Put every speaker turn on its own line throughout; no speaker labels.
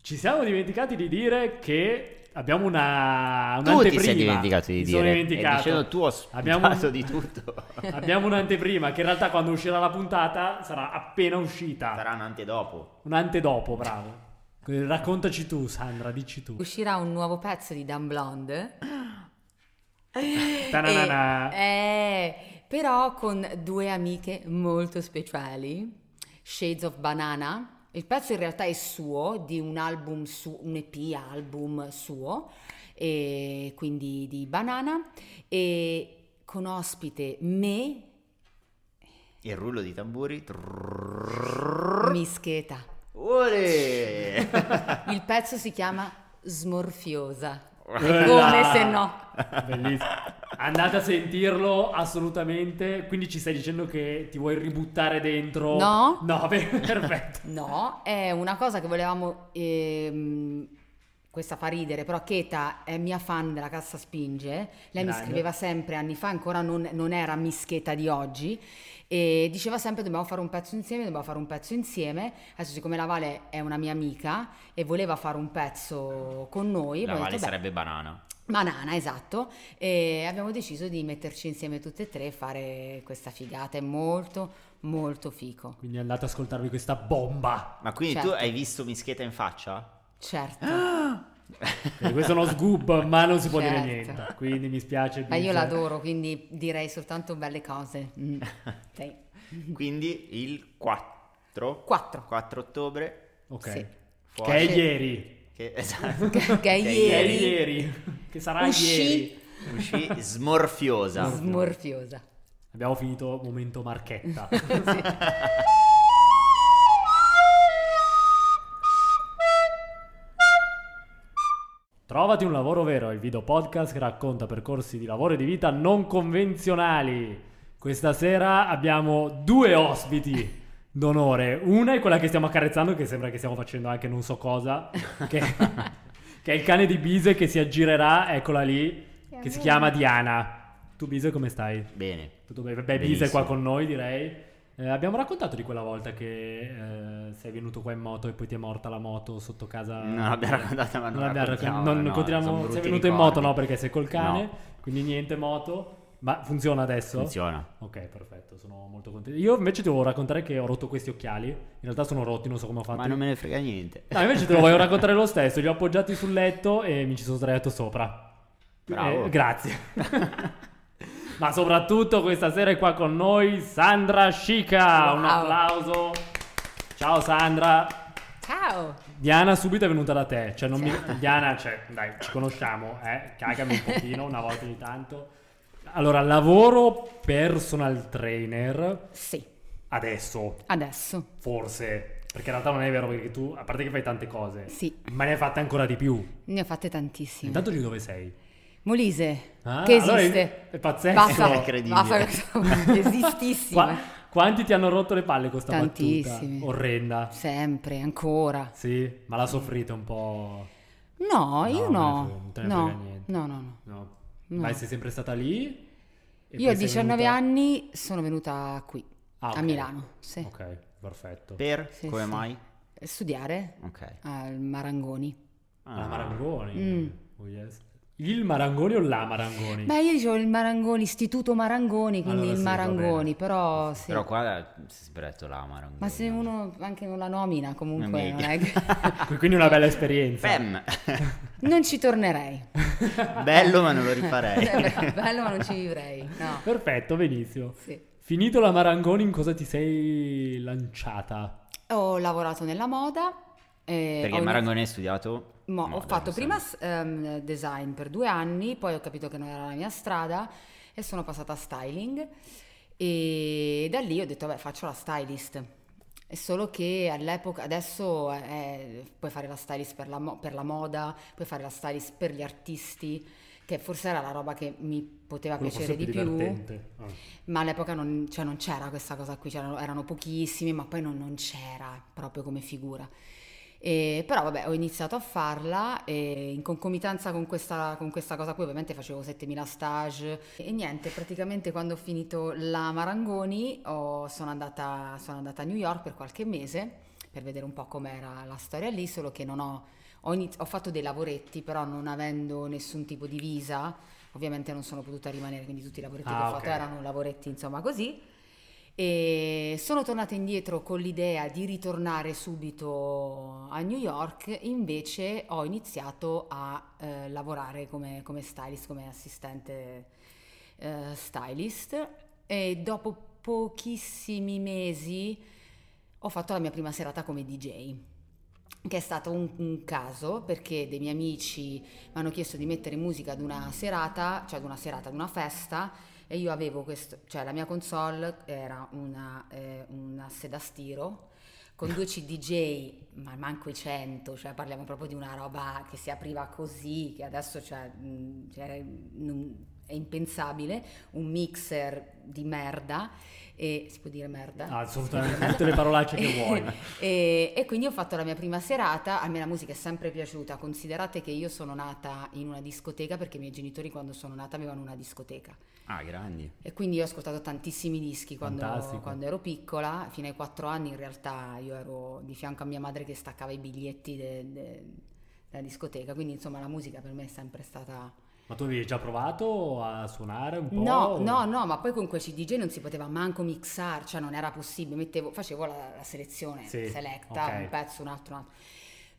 Ci siamo dimenticati di dire che abbiamo una
Tu ti
un'anteprima.
sei dimenticato di
Mi sono
dire.
dimenticato.
E dicendo tu ho
Abbiamo
spiegato
un-
di tutto.
Abbiamo un'anteprima che in realtà quando uscirà la puntata sarà appena uscita.
Sarà un antedopo.
Un antedopo, bravo. Eh, Raccontaci tu, Sandra, dici tu.
Uscirà un nuovo pezzo di Dan Blonde.
Tananana.
E- eh, però con due amiche molto speciali, Shades of Banana. Il pezzo in realtà è suo, di un album su, un EP album suo, e quindi di Banana, e con ospite me,
Il rullo di tamburi.
Mischeta.
Ole!
Il pezzo si chiama Smorfiosa.
Bella.
Come se no.
Eh, Bellissimo. Andate a sentirlo assolutamente. Quindi ci stai dicendo che ti vuoi ributtare dentro?
No.
No, beh, perfetto.
No, è una cosa che volevamo. ehm, questa fa ridere, però Cheta è mia fan della Cassa Spinge. Lei mi
Grande.
scriveva sempre anni fa, ancora non, non era mischeta di oggi. E diceva sempre: Dobbiamo fare un pezzo insieme, dobbiamo fare un pezzo insieme. Adesso, siccome la Vale è una mia amica e voleva fare un pezzo con noi,
La
abbiamo
Vale
detto, "Beh,
sarebbe banana.
Banana, esatto, e abbiamo deciso di metterci insieme tutte e tre e fare questa figata, è molto molto fico,
Quindi andate ad ascoltarvi questa bomba.
Ma quindi tu
Certo.
hai visto Mischeta in faccia?
certo,
Ah!
Quindi questo è uno scoop, ma non si può dire
Certo.
niente. Quindi mi spiace.
ma io
Vince.
l'adoro quindi direi soltanto belle cose. Mm. Sì.
Quindi il 4.
Quattro.
4 ottobre.
Ok.
Sì.
Fuori.
Che è
Sì.
ieri.
Che- esatto.
Che- che è
Che è
Ieri.
ieri. Che sarà
Uscì.
ieri.
Uscì smorfiosa.
Smorfiosa.
Abbiamo finito momento marchetta.
Sì.
Trovati un lavoro vero, il video podcast che racconta percorsi di lavoro e di vita non convenzionali. Questa sera abbiamo due ospiti d'onore. Una è quella che stiamo accarezzando, che sembra che stiamo facendo anche non so cosa, che, che è il cane di Bise che si aggirerà, eccola lì, che si chiama Diana. Tu Bise come stai?
Bene.
Tutto bene? Beh, Bise è qua
Benissimo.
con noi direi. Eh, abbiamo raccontato di quella volta che eh, sei venuto qua in moto e poi ti è morta la moto sotto casa.
Non l'abbiamo raccontata, ma non,
Non, abbiamo
raccontiamo,
raccon- non
no, sono
continuiamo.
brutti
Sei venuto in
ricordi.
moto, no? Perché sei col cane,
No,
quindi niente moto. Ma funziona adesso?
funziona.
Ok, perfetto, sono molto contento. Io invece ti volevo raccontare che ho rotto questi occhiali. In realtà sono rotti, non so come ho fatto.
Ma non me ne frega niente.
No, invece te lo voglio raccontare lo stesso. Li ho appoggiati sul letto e mi ci sono sdraiato sopra.
Bravo.
Eh, grazie. Ma soprattutto questa sera è qua con noi Sandra Scica. Un
Wow.
applauso. Ciao Sandra.
Ciao!
Diana subito è venuta da te, cioè non mi... Diana, cioè, dai, ci conosciamo, eh? cagami un pochino una volta ogni tanto. Allora, lavoro personal trainer
Sì,
adesso,
adesso.
forse, perché in realtà non è vero perché tu, a parte che fai tante cose,
Sì,
ma ne hai fatte ancora di più.
ne ho fatte tantissime.
Intanto di dove sei?
Molise,
Ah,
che
allora
esiste.
è- è pazzesco.
È
Basta,
incredibile.
basta-
Qua-
esistissime.
quanti ti hanno rotto le palle con sta
Tantissimi.
battuta? Orrenda.
Sempre, ancora.
Sì, ma la soffrite un po'.
No, io
non
no.
te ne frega- non te ne
no.
frega niente.
no, no, no.
No.
No.
Ma sei sempre stata lì? E
Io a
poi sei
19
venuta-
anni sono venuta qui,
Ah, ok.
a Milano, sì.
Ok, perfetto.
Per?
Sì,
Come
sì.
mai?
a studiare
Ok.
al Marangoni.
Ah,
Ah.
La Marangoni.
Mm.
Oh, yes. Il Marangoni o la Marangoni?
Beh, io dicevo il Marangoni, istituto Marangoni, quindi
Allora
il
sì, va bene.
Marangoni, però sì.
Però qua eh, si sbretto la Marangoni.
Ma se uno anche non la nomina comunque
Meglio.
non, è che-
Qui- Quindi una bella esperienza.
Bam!
non ci tornerei.
Bello ma non lo
Eh,
rifarei.
Bello ma non ci vivrei, no.
Perfetto, benissimo.
Sì.
Finito la Marangoni, in cosa ti sei lanciata?
Ho lavorato nella moda. eh,
Perché
ho
il
inizi-
Marangoni hai studiato?
Mo, ho
moda,
fatto
mi
prima
sembra.
ehm, design per due anni, poi ho capito che non era la mia strada e sono passata a styling e da lì ho detto vabbè faccio la stylist. È solo che all'epoca, adesso eh, puoi fare la stylist per la, mo- per la moda, puoi fare la stylist per gli artisti, che forse era la roba che mi poteva
Quello
piacere
forse è
di
più
più.
divertente. Ah.
Ma all'epoca non, cioè, non c'era questa cosa qui, c'erano- erano pochissimi, ma poi non, non c'era proprio come figura. E- però vabbè, ho iniziato a farla e in concomitanza con questa, con questa cosa qui ovviamente facevo 7000 stage e niente, praticamente quando ho finito la Marangoni ho- sono, andata, sono andata a New York per qualche mese per vedere un po' com'era la storia lì, solo che non ho, ho, iniz- ho fatto dei lavoretti, però non avendo nessun tipo di visa, ovviamente non sono potuta rimanere, quindi tutti i lavoretti che
Ah,
ho fatto
ok.
erano lavoretti, insomma, così. E sono tornata indietro con l'idea di ritornare subito a New York, invece ho iniziato a eh, lavorare come, come stylist, come assistente eh, stylist e dopo pochissimi mesi ho fatto la mia prima serata come DJ, che è stato un, un caso perché dei miei amici mi hanno chiesto di mettere musica ad una serata, cioè ad una serata, ad una festa, e io avevo questo, cioè la mia console era una, eh, una seda a stiro con 12 DJ, ma manco i 100, cioè parliamo proprio di una roba che si apriva così, che adesso cioè, mh, cioè, non- è impensabile, un mixer di merda, e si può dire merda?
Ah, assolutamente, tutte le parolacce che vuoi.
e, e quindi ho fatto la mia prima serata, a me la musica è sempre piaciuta, considerate che io sono nata in una discoteca perché i miei genitori quando sono nata avevano una discoteca
Ah, grandi.
e quindi io ho ascoltato tantissimi dischi quando,
Fantastico.
quando ero piccola, fino ai 4 anni in realtà io ero di fianco a mia madre che staccava i biglietti de- de- della discoteca, quindi insomma la musica per me è sempre stata...
Ma tu avevi già provato a suonare un po'?
No, no, no, ma poi con quei CDJ non si poteva manco mixare, cioè non era possibile, mettevo, facevo la, la selezione,
Sì,
selecta,
ok.
un pezzo, un altro, un altro.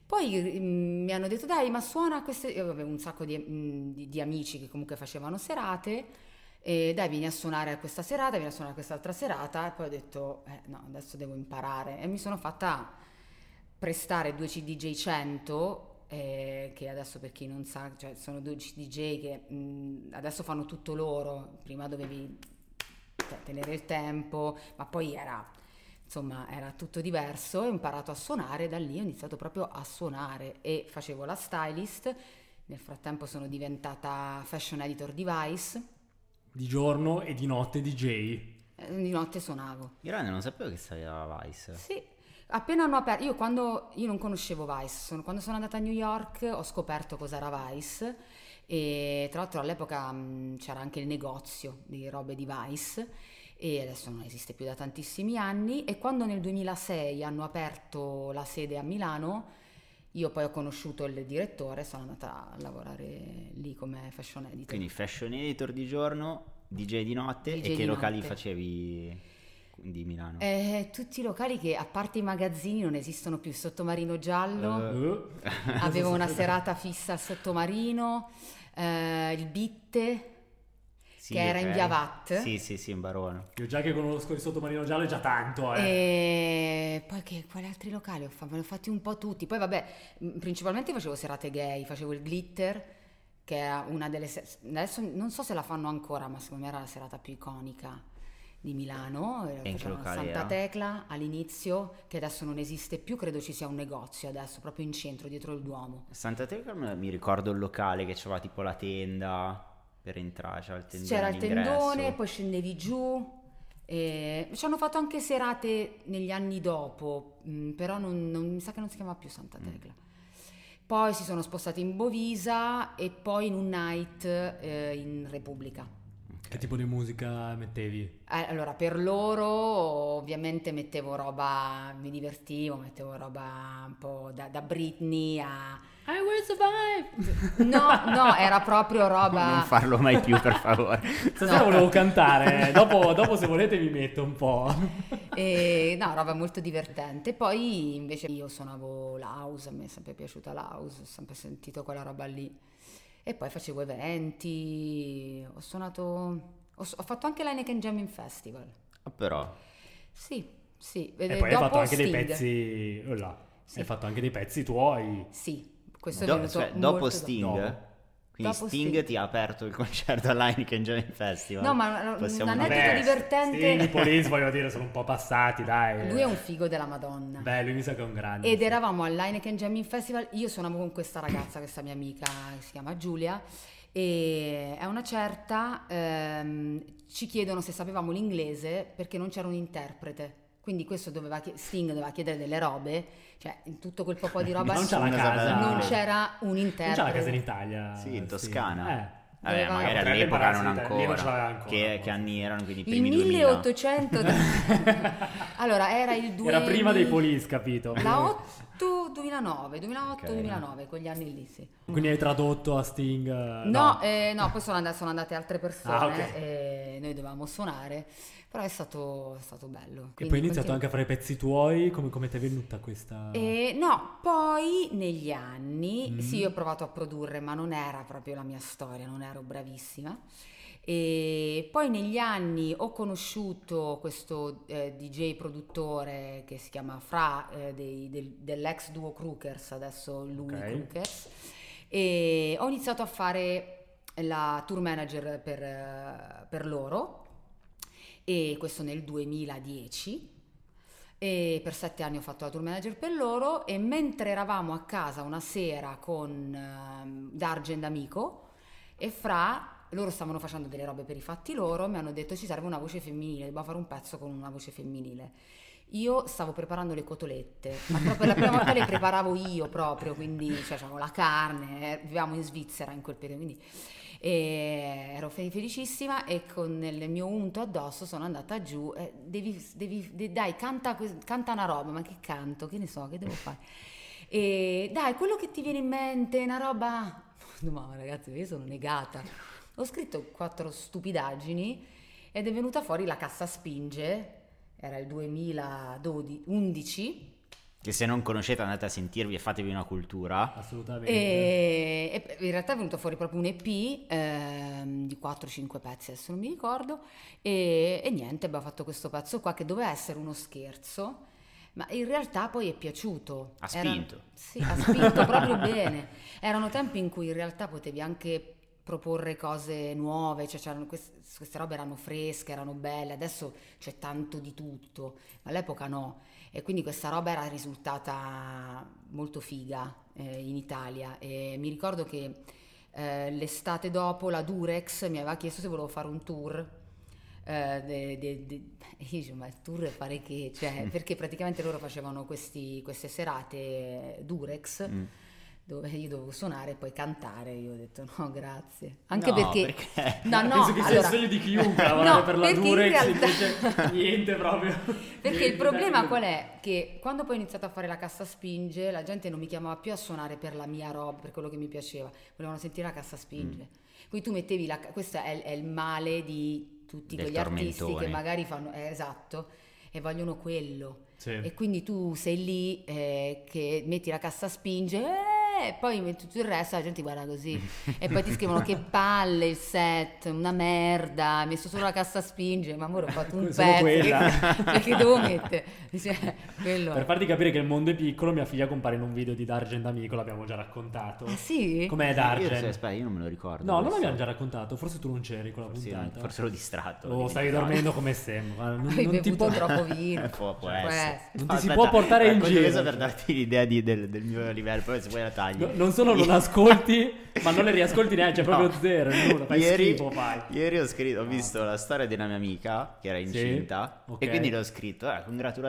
Poi mm, mi hanno detto dai, ma suona queste... Io avevo un sacco di, mm, di- di amici che comunque facevano serate, e dai, vieni a suonare a questa serata, vieni a suonare a quest'altra serata, e poi ho detto, eh, no, adesso devo imparare. E mi sono fatta prestare due CDJ 100 eh, che adesso per chi non sa cioè, sono due CDJ che mh, adesso fanno tutto loro prima dovevi cioè, tenere il tempo ma poi era insomma era tutto diverso ho imparato a suonare da lì ho iniziato proprio a suonare e facevo la stylist nel frattempo sono diventata fashion editor di Vice
Di giorno e di notte DJ.
eh, di notte suonavo
Grande, non sapevo che stavi a Vice.
Sì, appena hanno aperto, io quando io non conoscevo Vice, sono- quando sono andata a New York ho scoperto cos'era Vice e tra l'altro all'epoca mh, c'era anche il negozio di robe di Vice e adesso non esiste più da tantissimi anni e quando nel 2006 hanno aperto la sede a Milano io poi ho conosciuto il direttore e sono andata a lavorare lì come fashion editor.
Quindi fashion editor di giorno, DJ di notte
DJ
e che
di
locali
notte.
facevi di Milano?
Eh, tutti i locali che a parte i magazzini non esistono più, Sottomarino Giallo,
Eh,
Eh,
Avevo una serata fissa al sottomarino, eh, il Bitte,
Sì,
che era in
ok.
via Vatt.
Sì, sì, sì, in Barone.
Io già che conosco il sottomarino giallo è già tanto, eh.
e poi che, quali altri locali ho fatto? Ne ho fatti un po' tutti. Poi vabbè, mh, principalmente facevo serate gay, facevo il Glitter, che era una delle... se- adesso non so se la fanno ancora, ma secondo me era la serata più iconica di Milano.
che
Facevano a
locale
Santa
era?
Tecla all'inizio, che adesso non esiste più, credo ci sia un negozio adesso, proprio in centro, dietro il Duomo.
Santa Tecla me- mi ricordo il locale che c'era tipo la tenda per entrare, c'era il tendone
C'era il
all'ingresso.
tendone, poi scendevi giù. e- Ci hanno fatto anche serate negli anni dopo, mh, però non, non- mi sa che non si chiamava più Santa Tecla. Poi si sono spostati in Bovisa e poi in un night eh, in Repubblica.
Che tipo di musica mettevi?
Eh, Allora, per loro ovviamente mettevo roba, mi divertivo, mettevo roba un po' da, da Britney a...
I will survive!
No, no, era proprio roba...
Non farlo mai più, per favore.
Stasera
No.
volevo cantare, dopo, dopo se volete mi metto un po'.
E, no, roba molto divertente. Poi invece io suonavo la house, a me è sempre piaciuta la house, ho sempre sentito quella roba lì. E poi facevo eventi, ho suonato, ho, s- ho fatto anche l'Heineken Jamming Festival.
Ah, Però,
Sì, sì.
E poi hai
Eh, dopo
fatto anche dei
Sting.
pezzi... oh là,
Sì.
Hai fatto anche dei pezzi tuoi.
Sì, questo è
do-
venuto
cioè,
molto
dopo Sting,
Dopo.
quindi
Dopo
Sting,
Sting.
ti ha aperto il concerto all'Heineken Jam Festival.
No, ma un-
Possiamo
un
dire-
aneddoto
Beh,
divertente.
Sting, i Police, voglio dire, sono un po' passati, dai.
Lui è un figo della Madonna.
Beh, lui mi sa che è un grande.
Ed eravamo all'Heineken Jamming Festival, io suonavo con questa ragazza, questa mia amica che si chiama Giulia, e a una certa ehm, ci chiedono se sapevamo l'inglese perché non c'era un interprete. Quindi questo doveva chie- Sting doveva chiedere delle robe, cioè in tutto quel po' di roba
Non c'è la
Nessuno
casa.
sapeva.
non c'era un
Non c'è la casa in
interprete.
Italia.
Sì, in
Eh.
Toscana. Vabbè,
Dovevamo-
magari
Potrebbe
all'epoca non
impararsi,
ancora.
lì non ce l'aveva ancora.
Che, che anni erano? Quindi i
Il
primi 2000.
1800... allora, era il 2000...
Era prima dei polis, capito?
La 8, 2009, 2008,
Ok.
2009, quegli anni lì, sì.
Quindi hai tradotto a Sting? eh,
No, eh, no, poi sono andate, sono andate altre persone
Ah, ok.
e noi dovevamo suonare, però è stato, è stato bello.
E
quindi
poi hai iniziato
continu-
anche a fare i pezzi tuoi, come, come ti è venuta questa...
Eh, no, poi negli anni,
Mm.
sì, io ho provato a produrre, ma non era proprio la mia storia, non ero bravissima. E poi negli anni ho conosciuto questo eh, DJ produttore che si chiama Fra eh, dei- del- dell'ex duo Crookers, adesso lui
Ok.
Crookers, e ho iniziato a fare la tour manager per, eh, per loro, e questo nel 2010 e per sette anni ho fatto la tour manager per loro e mentre eravamo a casa una sera con ehm, Dargen d'amico e Fra loro stavano facendo delle robe per i fatti loro mi hanno detto ci serve una voce femminile dobbiamo fare un pezzo con una voce femminile io stavo preparando le cotolette ma proprio la prima volta le preparavo io proprio quindi cioè, c'avevo la carne eh, vivevamo in Svizzera in quel periodo quindi e ero fe- felicissima e con il mio unto addosso sono andata giù e devi, devi- de- dai canta, que- canta una roba ma che canto che ne so che devo fare e dai quello che ti viene in mente una roba no ma ragazzi io sono negata ho scritto quattro stupidaggini ed è venuta fuori la cassa spinge era il 2011
Che se non conoscete andate a sentirvi e fatevi una cultura.
Assolutamente.
eh, e, e in realtà è venuto fuori proprio un EP ehm, di 4-5 pezzi, adesso non mi ricordo, e, e niente, abbiamo fatto questo pezzo qua che doveva essere uno scherzo, ma in realtà poi è piaciuto.
Ha
Era-
spinto.
sì, ha spinto proprio bene. Erano tempi in cui in realtà potevi anche proporre cose nuove, cioè c'erano quest- queste, robe erano fresche, erano belle, adesso c'è tanto di tutto, ma all'epoca no. E quindi questa roba era risultata molto figa eh, in Italia. E mi ricordo che eh, l'estate dopo la Durex mi aveva chiesto se volevo fare un tour. eh, de- de- de- io dicevo, ma il tour fare che? Cioè, perché praticamente loro facevano questi- queste serate Durex
Mm.
dove io dovevo suonare e poi cantare. Io ho detto no, grazie. Anche
No,
perché...
perché-
No, no,
Ah, Penso che sia
allora,
il sogno di chiunque lavorare
No,
per la
perché in
Durex,
realtà-
invece niente proprio.
Perché il problema qual è? Che quando poi ho iniziato a fare la cassa spinge, la gente non mi chiamava più a suonare per la mia roba, per quello che mi piaceva, volevano sentire la cassa spinge.
Mm.
Quindi tu mettevi la... Questo è, è il male di tutti
Del
quegli artisti
tormentone.
che magari fanno... eh, esatto, e vogliono quello.
Sì.
E quindi tu sei lì eh, che metti la cassa a spinge eh, e poi metti tutto il resto la gente ti guarda così. E poi ti scrivono che palle il set, una merda, hai messo solo la cassa a spinge, ma amore ho fatto un
Solo
pezzo.
quella.
Perché devo mettere? Cioè, quello
Per
è.
farti capire che il mondo è piccolo, mia figlia compare in un video di Dargen Amico, l'abbiamo già raccontato.
Ah sì?
Com'è
Io,
Dargen?
se- aspetta, io non me lo ricordo.
No, non
questo.
l'abbiamo già raccontato, forse tu non c'eri con la
Forse, ero-
puntata.
forse ero distratto.
Oh,
l'ho
stavi
dimenticato.
dormendo come sempre. guarda, Non,
Hai
non ti
bevuto
può...
troppo vino.
Può, può
Cioè, può
essere.
essere.
Non ti si può portare in
racconto
giro.
questo per darti l'idea di- del, del mio livello, poi se vuoi la taglio.
No, non solo non ascolti, ma non le riascolti neanche, cioè
No.
proprio zero, nulla, fai
ieri,
schifo, fai.
ieri ho scritto, ho visto la storia di una mia amica che era incinta
ok.
e quindi l'ho scritto, "Ah,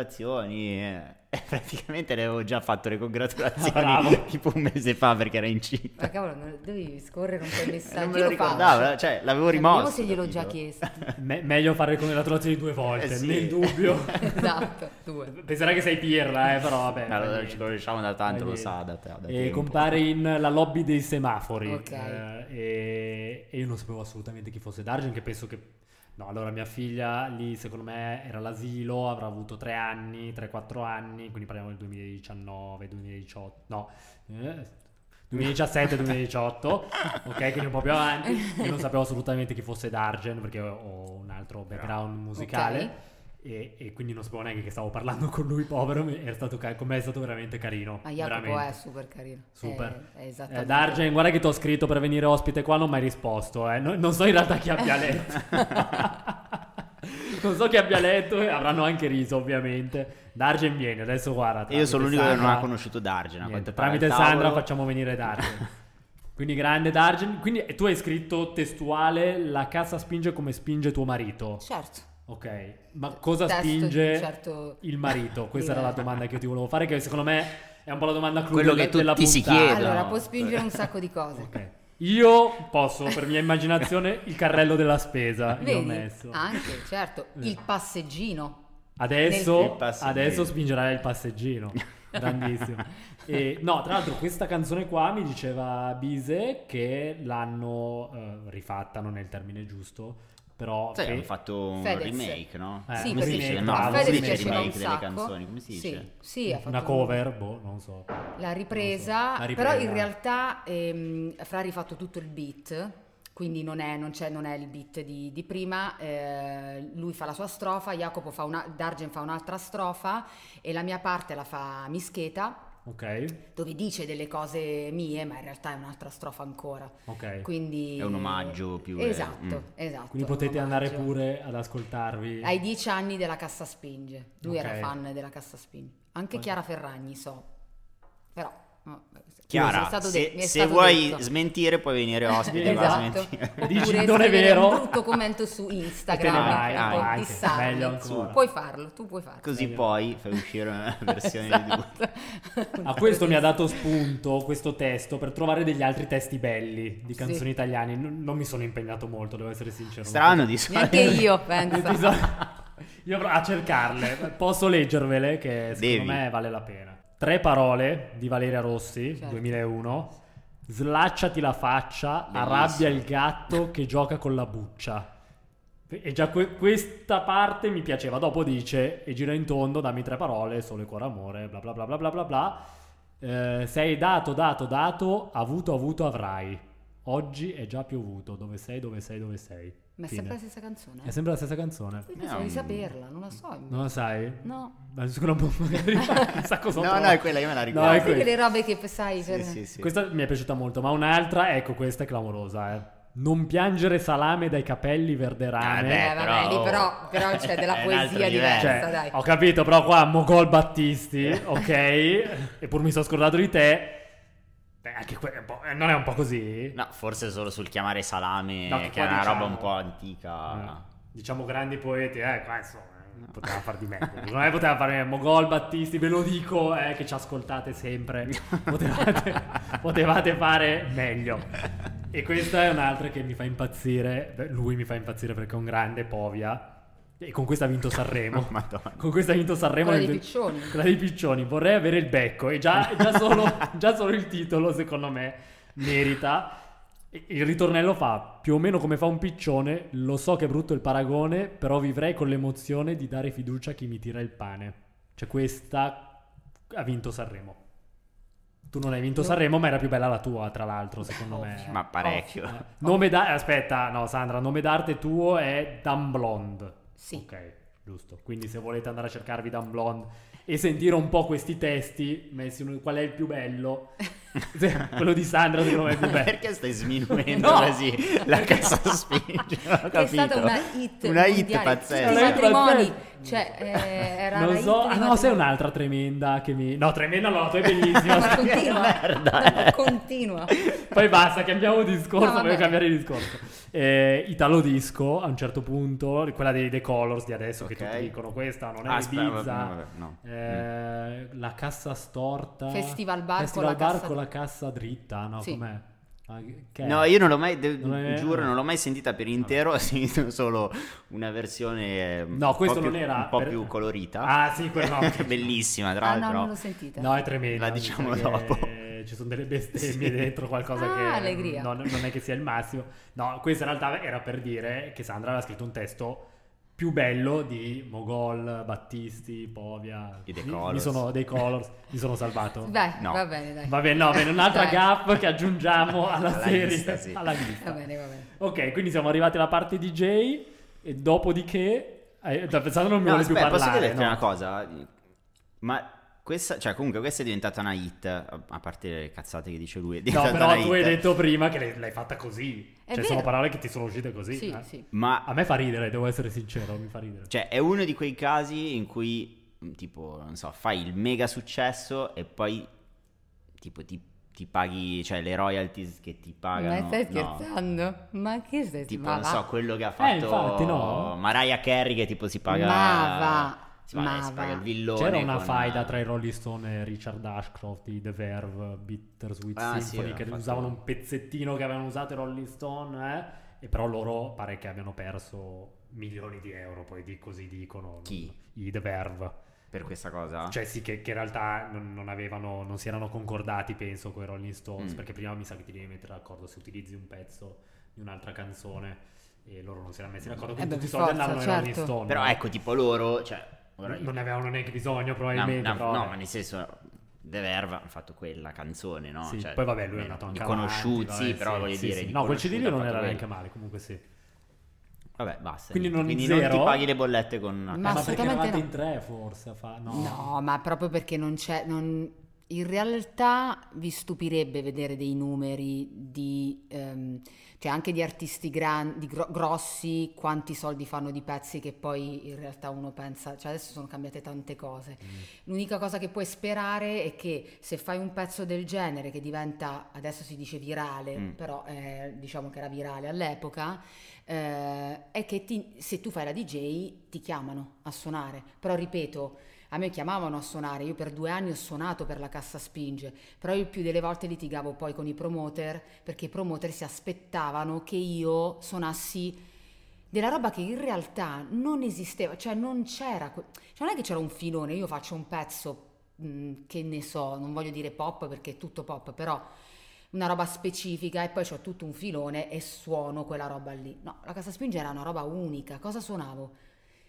congratulazioni. eh." E praticamente le avevo già fatto le congratulazioni
Ah, bravo.
tipo un mese fa perché era incinta.
Ma cavolo, non- dovevi scorrere
Eh,
un po' il messaggio.
non me
io
lo
lo faccio.
ricordavo, eh, cioè l'avevo
Vediamo
rimosso.
se gliel'ho già
capito?
chiesto.
Me- meglio fare con la congratulazioni due volte,
Eh sì.
nel dubbio.
esatto, due.
Penserai che sei pirla, eh, però vabbè.
No,
fa
no,
niente.
ci conosciamo da tanto,
Fa
lo
niente.
sa da te- da
E
tempo.
compare in la lobby dei semafori.
Ok.
eh, e, e io non sapevo assolutamente chi fosse Dargen, che penso che... No, allora mia figlia lì secondo me era all'asilo, avrà avuto 3 anni, 3-4 anni, quindi parliamo del 2019, 2018, no, eh, 2017-2018, ok, quindi un po' più avanti. Io non sapevo assolutamente chi fosse Dargen perché ho un altro background musicale.
Ok.
E, e quindi non sapevo neanche che stavo parlando con lui, povero. mi- Era stato ca- con me è stato veramente carino.
Ma Jacopo è
veramente.
super carino.
Super.
È, è
Eh,
esattamente.
Dargen, guarda che ti ho scritto per venire ospite qua, non mi hai risposto. eh. No- non so in realtà chi abbia letto. non so chi abbia letto e avranno anche riso, ovviamente. Dargen viene, adesso guarda.
E io sono l'unico che non ha
conosciuto
conosciuto Dargen. a
Niente,
quanto pare,
tramite
al tavolo.
Sandra facciamo venire Dargen. Quindi grande Dargen. Quindi e tu hai scritto testuale la cassa spinge come spinge tuo marito.
Certo.
Ok, ma cosa
Testo di un
spinge
certo
il marito? Questa era la
livello.
domanda che io ti volevo fare, che secondo me è un po' la domanda clou
Quello
della-
che tutti
della
si
puntata.
chiedono.
Allora, può spingere un sacco di cose.
Ok. Io posso, per mia immaginazione, il carrello della spesa. Io ho
Vedi?
messo.
Anche, certo.
Eh.
Il passeggino.
Nel- Il
Adesso,
passeggino.
adesso spingerai il passeggino. Grandissimo. E, no, tra l'altro questa canzone qua mi diceva Bise che l'hanno eh, rifatta, non è il termine giusto, però...
Sai,
che-
hanno fatto un
Fedez.
remake, no?
Eh,
sì,
come si
perché-
dice?
no,
No,
a
come si
Fedez
dice
piaceva
remake
un
delle
sacco.
canzoni? Come si dice?
Sì, sì, ha fatto
Una
un-
cover, boh, non so.
La ripresa,
La ripresa.
però in realtà ehm, Fra ha rifatto tutto il beat, quindi non è, non c'è- non è il beat di, di prima, eh, lui fa la sua strofa, Jacopo fa una, Dargen fa un'altra strofa e la mia parte la fa Mischeta,
Ok,
dove dice delle cose mie, ma in realtà è un'altra strofa ancora.
ok.
Quindi,
È un omaggio più, eh,
Esatto,
mm.
esatto.
Quindi potete
un
andare
omaggio.
pure ad ascoltarvi.
Ai dieci anni della Cassa Spinge, lui
Ok.
era fan della Cassa Spinge, anche
Ok.
Chiara Ferragni so, però... no, eh, mi è
Chiara,
stato de-
se,
mi è
se
stato
vuoi
detto.
smentire puoi venire ospite, va a
Esatto.
smentire.
Dici,
Oppure
non è
scrivere
vero.
un brutto commento su Instagram,
E te ne vai,
ecco,
vai,
anche,
dissarmi.
meglio ancora.
Puoi farlo, tu puoi farlo.
Così poi fai uscire una versione di due.
Esatto.
A questo mi ha dato spunto questo testo per trovare degli altri testi belli di canzoni
Sì.
italiane. Non, non mi sono impegnato molto, devo essere sincero.
Strano di solito.
Neanche io,
Io
pensa.
bisogna- Io provo a cercarle, posso leggervele che secondo
Devi.
me vale la pena. Tre parole di Valeria Rossi,
Certo.
2001. Slacciati la faccia,
Bellissimo.
arrabbia il gatto che gioca con la buccia. E già que- questa parte mi piaceva. Dopo dice, e gira in tondo, dammi tre parole, sole, cuore, amore, bla bla bla bla bla bla bla. Eh, sei dato, dato, dato, avuto, avuto, avrai. Oggi è già piovuto, dove sei, dove sei, dove sei.
Ma è
Fine.
sempre la stessa canzone?
È sempre la stessa canzone.
Io pensavo di saperla, non la so.
Non lo sai?
No.
Ma secondo me magari chissà cosa ho
No, no,
trovato.
è quella, io me la
No, è
ricordo.
Sai
questo.
quelle robe che sai per...
sì, sì, sì.
Questa mi è piaciuta molto, ma un'altra, ecco, questa è clamorosa, eh. Non piangere salame dai capelli verderame.
Vabbè,
Eh, vabbè,
però-
lì però, però c'è della
È un altro
poesia
livello.
diversa,
Cioè,
dai.
ho capito, però qua Mogol Battisti, ok? e pur mi sono scordato di te. Beh, anche que- boh, eh, non è un po' così?
No, forse solo sul chiamare salame,
No, che
che,
qua
è una
diciamo-
roba un po' antica.
Eh, Diciamo grandi poeti, eh, qua insomma, eh, poteva far di meglio. Secondo me poteva fare Mogol Battisti, ve lo dico, eh, che ci ascoltate sempre. Potevate, potevate fare meglio. E questa è un'altra che mi fa impazzire. Beh, lui mi fa impazzire perché è un grande povia. E con questa ha vinto Sanremo.
Oh, Madonna.
Con questa ha vinto Sanremo.
Quella dei
nel-
piccioni.
Quella dei piccioni. Vorrei avere il becco. E già, già solo, già solo il titolo, secondo me, merita. E- Il ritornello fa più o meno come fa un piccione. Lo so che è brutto il paragone, però vivrei con l'emozione di dare fiducia a chi mi tira il pane. Cioè, questa ha vinto Sanremo. Tu non hai vinto
No.
Sanremo, ma era più bella la tua, tra l'altro, secondo
Ovvio.
me.
Ma parecchio.
Eh,
Oh.
Nome da- Aspetta, no, Sandra, nome d'arte tuo è Dan Blonde.
Sì.
Ok, giusto. Quindi se volete andare a cercarvi Dan Blonde e sentire un po' questi testi, messi uno- qual è il più bello? Se- Quello di Sandra secondo me è il più
Ma
bello.
Perché stai sminuendo
No.
così la cassa spinge? Non ho
Che è stata
capito. Una
una hit
hit
mondiale.
pazzesca.
Tutti i
Una hit
matrimoni
pazzesca.
cioè eh, era
Non
la
so,
hit
ah
dei
no, sei
matrimoni.
un'altra tremenda che mi... No, tremenda no, la tua è bellissima.
ma
Scusa.
continua
merda, eh.
continua
Poi basta, cambiamo discorso,
No, vabbè.
voglio cambiare discorso. Eh, Italo Disco, a un certo punto, quella dei The Colors di adesso, che
Ok.
tutti dicono questa, non è
Ah, aspetta,
Ibiza.
vabbè, vabbè, no. Mm.
Eh, La cassa storta.
Festival bar con
Festival
la
bar
cassa-
con la cassa dritta, no?
Sì.
Com'è? Ah, che è?
No, io non l'ho mai, de-
Non è-
giuro, non l'ho mai sentita per intero, ho sentito solo una versione eh,
No, questo
un po'
non
più-
era
un po'
per-
più colorita.
Ah, sì, quello no.
bellissima, tra
ah no
l'altro.
non l'ho sentita
No, è tremenda.
La
mi
diciamo
sa che
dopo.
Ci sono delle bestemmie
Sì.
dentro, qualcosa
Ah,
che
allegria.
Non, non è che sia il massimo. No, questo in realtà era per dire che Sandra aveva scritto un testo più bello di Mogol, Battisti, Povia.
I The
Mi- Mi
Colors.
sono, dei Colors. mi sono salvato.
beh
No.
va bene dai
Va bene, no, bene, un'altra
Dai.
gap che aggiungiamo alla,
Alla
serie.
lista, sì.
Alla lista.
va bene va bene
Ok, quindi siamo arrivati alla parte DJ e dopodiché... eh, da- Sandra non mi
No,
vuole
aspetta,
più
posso
parlare.
chiederti
no.
una cosa? Ma questa, cioè comunque questa è diventata una hit, a a parte le cazzate che dice lui, è
No,
diventata
però
una
tu hai
hit.
detto prima che l'hai, l'hai fatta così.
È
cioè,
vero.
sono parole che ti sono uscite così.
sì
eh.
sì
Ma
A me fa ridere, devo essere sincero, mi fa ridere.
cioè, è uno di quei casi in cui, mh, tipo, non so, fai il mega successo e poi, tipo, ti, ti paghi, cioè, le royalties che ti pagano.
ma stai
no.
scherzando ma che stai
Tipo,
ma
non
va.
so, quello che ha fatto
infatti, Eh, no.
Mariah Carey che tipo si paga...
ma va
Si, ma
Ma
eh, si paga
va.
il villone.
C'era una
con- eh,
faida tra i Rolling Stone e Richard Ashcroft di The Verve, Bittersweet
Ah, sì,
Symphony,
avevano
che
fatto-
usavano un pezzettino che avevano usato i Rolling Stone, eh? e però loro pare che abbiano perso milioni di euro, poi di- così dicono. non-
Chi?
I The Verve.
Per questa cosa?
Cioè sì, che, che in realtà non, non avevano, non si erano concordati, penso, con i Rolling Stones,
Mm.
perché prima mi sa che ti devi mettere d'accordo se utilizzi un pezzo di un'altra canzone e loro non si erano messi d'accordo, quindi
Eh beh,
tutti i
per
soldi
forza,
andavano ai Rolling
certo.
Stone.
Però ecco, tipo loro, cioè... ora-
Non ne avevano neanche bisogno,
No,
probabilmente.
no,
però,
no,
eh.
ma nel senso, De Verve ha fatto quella canzone, no?
Sì,
Cioè,
poi vabbè, lui è
meno-
andato anche
di conosciuti,
avanti,
sì,
vabbè,
però voglio
sì,
dire...
sì.
di
No, quel CD lì
conosciuti ha
non
fatto
era
quello.
neanche male, comunque sì.
Vabbè, basta.
Quindi
niente.
non
Quindi
zero?
ti paghi le bollette con una
Ma
Ma
canzone.
perché eravate
assolutamente no.
in tre forse? a fa- No.
No, ma proprio perché non c'è. non- In realtà vi stupirebbe vedere dei numeri di. ehm, cioè anche di artisti grandi, grossi, quanti soldi fanno di pezzi che poi in realtà uno pensa. Cioè adesso sono cambiate tante cose. L'unica cosa che puoi sperare è che se fai un pezzo del genere che diventa, adesso si dice virale,
Mm.
però eh, diciamo che era virale all'epoca, eh, è che ti- se tu fai la DJ ti chiamano a suonare. Però ripeto, a me chiamavano a suonare, io per due anni ho suonato per la cassa spinge, però il più delle volte litigavo poi con i promoter perché i promoter si aspettavano che io suonassi della roba che in realtà non esisteva, cioè non c'era, que- cioè non è che c'era un filone, io faccio un pezzo mh, che ne so, non voglio dire pop perché è tutto pop, però una roba specifica e poi ho tutto un filone e suono quella roba lì. No, la Casa Spinge era una roba unica, cosa suonavo?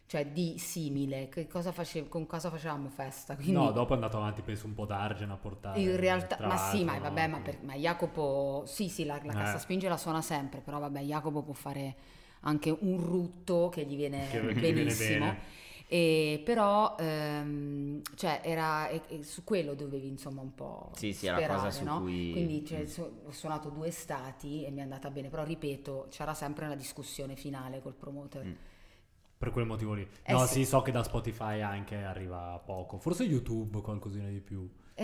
Cioè di simile, che cosa face- con cosa facevamo festa? Quindi
No, dopo è andato avanti, penso, un po' d'argine a portare.
in realtà,
tra
ma sì, ma
l'altro, no?
vabbè, ma, per- ma Jacopo, sì, sì, la, la cassa
Eh.
spinge la suona sempre, però vabbè, Jacopo può fare anche un rutto che gli viene
Che- che gli viene
benissimo.
bene.
E però, ehm, cioè, era e- e su quello dovevi insomma un po'
Sì, sì, è la
sperare,
cosa su
no?
cui-
Quindi cioè,
Mm.
su- ho suonato due stati e mi è andata bene, però ripeto, c'era sempre una discussione finale col promoter.
Mm.
Per quel motivo lì.
Eh
no, sì.
sì.
so che da Spotify anche arriva poco. Forse YouTube qualcosina di più.
Eh,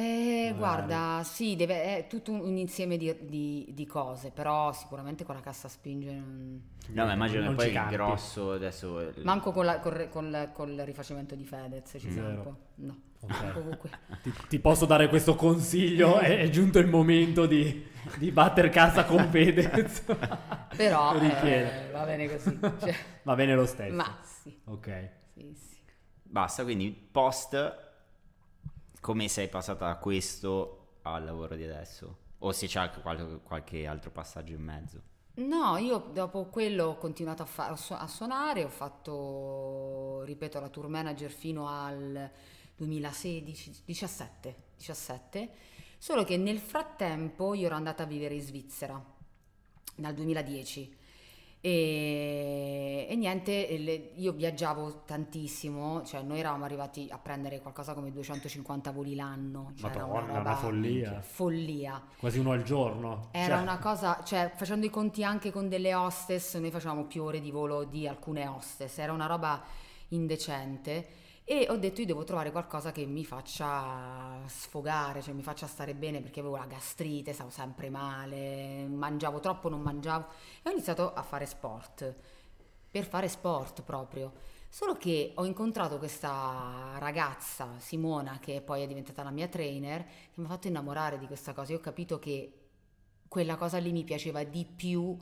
Magari.
guarda, sì, deve- è tutto un, un insieme di, di- di cose, però sicuramente con la cassa spinge non-
No, ma immagino
Non ci
che poi il
campi.
grosso adesso... il-
Manco con la- col, re- col- col rifacimento di Fedez ci siamo
Zero.
un po'. No,
Ok.
comunque.
Ti, ti posso dare questo consiglio? È, è giunto il momento di, di batter cassa con Fedez.
Però
Richiede. Eh,
eh, va bene così. cioè,
Va bene lo stesso.
ma sì,
Ok.
sì, sì.
Basta, quindi post... Come sei passata da questo al lavoro di adesso? O se c'è anche qual- qualche altro passaggio in mezzo?
No, io dopo quello ho continuato a, fa- a su- a suonare, ho fatto, ripeto, la tour manager fino al 2016, 17, 17. Solo che nel frattempo io ero andata a vivere in Svizzera dal 2010 e, e niente, e le- io viaggiavo tantissimo, cioè noi eravamo arrivati a prendere qualcosa come 250 voli l'anno, cioè era
Madonna, una follia.
follia.
Quasi uno al giorno.
Era
Cioè,
una cosa, cioè facendo i conti anche con delle hostess, noi facevamo più ore di volo di alcune hostess, era una roba indecente e ho detto io devo trovare qualcosa che mi faccia sfogare, cioè mi faccia stare bene perché avevo la gastrite, stavo sempre male, mangiavo troppo, non mangiavo e ho iniziato a fare sport, per fare sport proprio. Solo che ho incontrato questa ragazza, Simona, che poi è diventata la mia trainer, che mi ha fatto innamorare di questa cosa. Io ho capito che quella cosa lì mi piaceva di più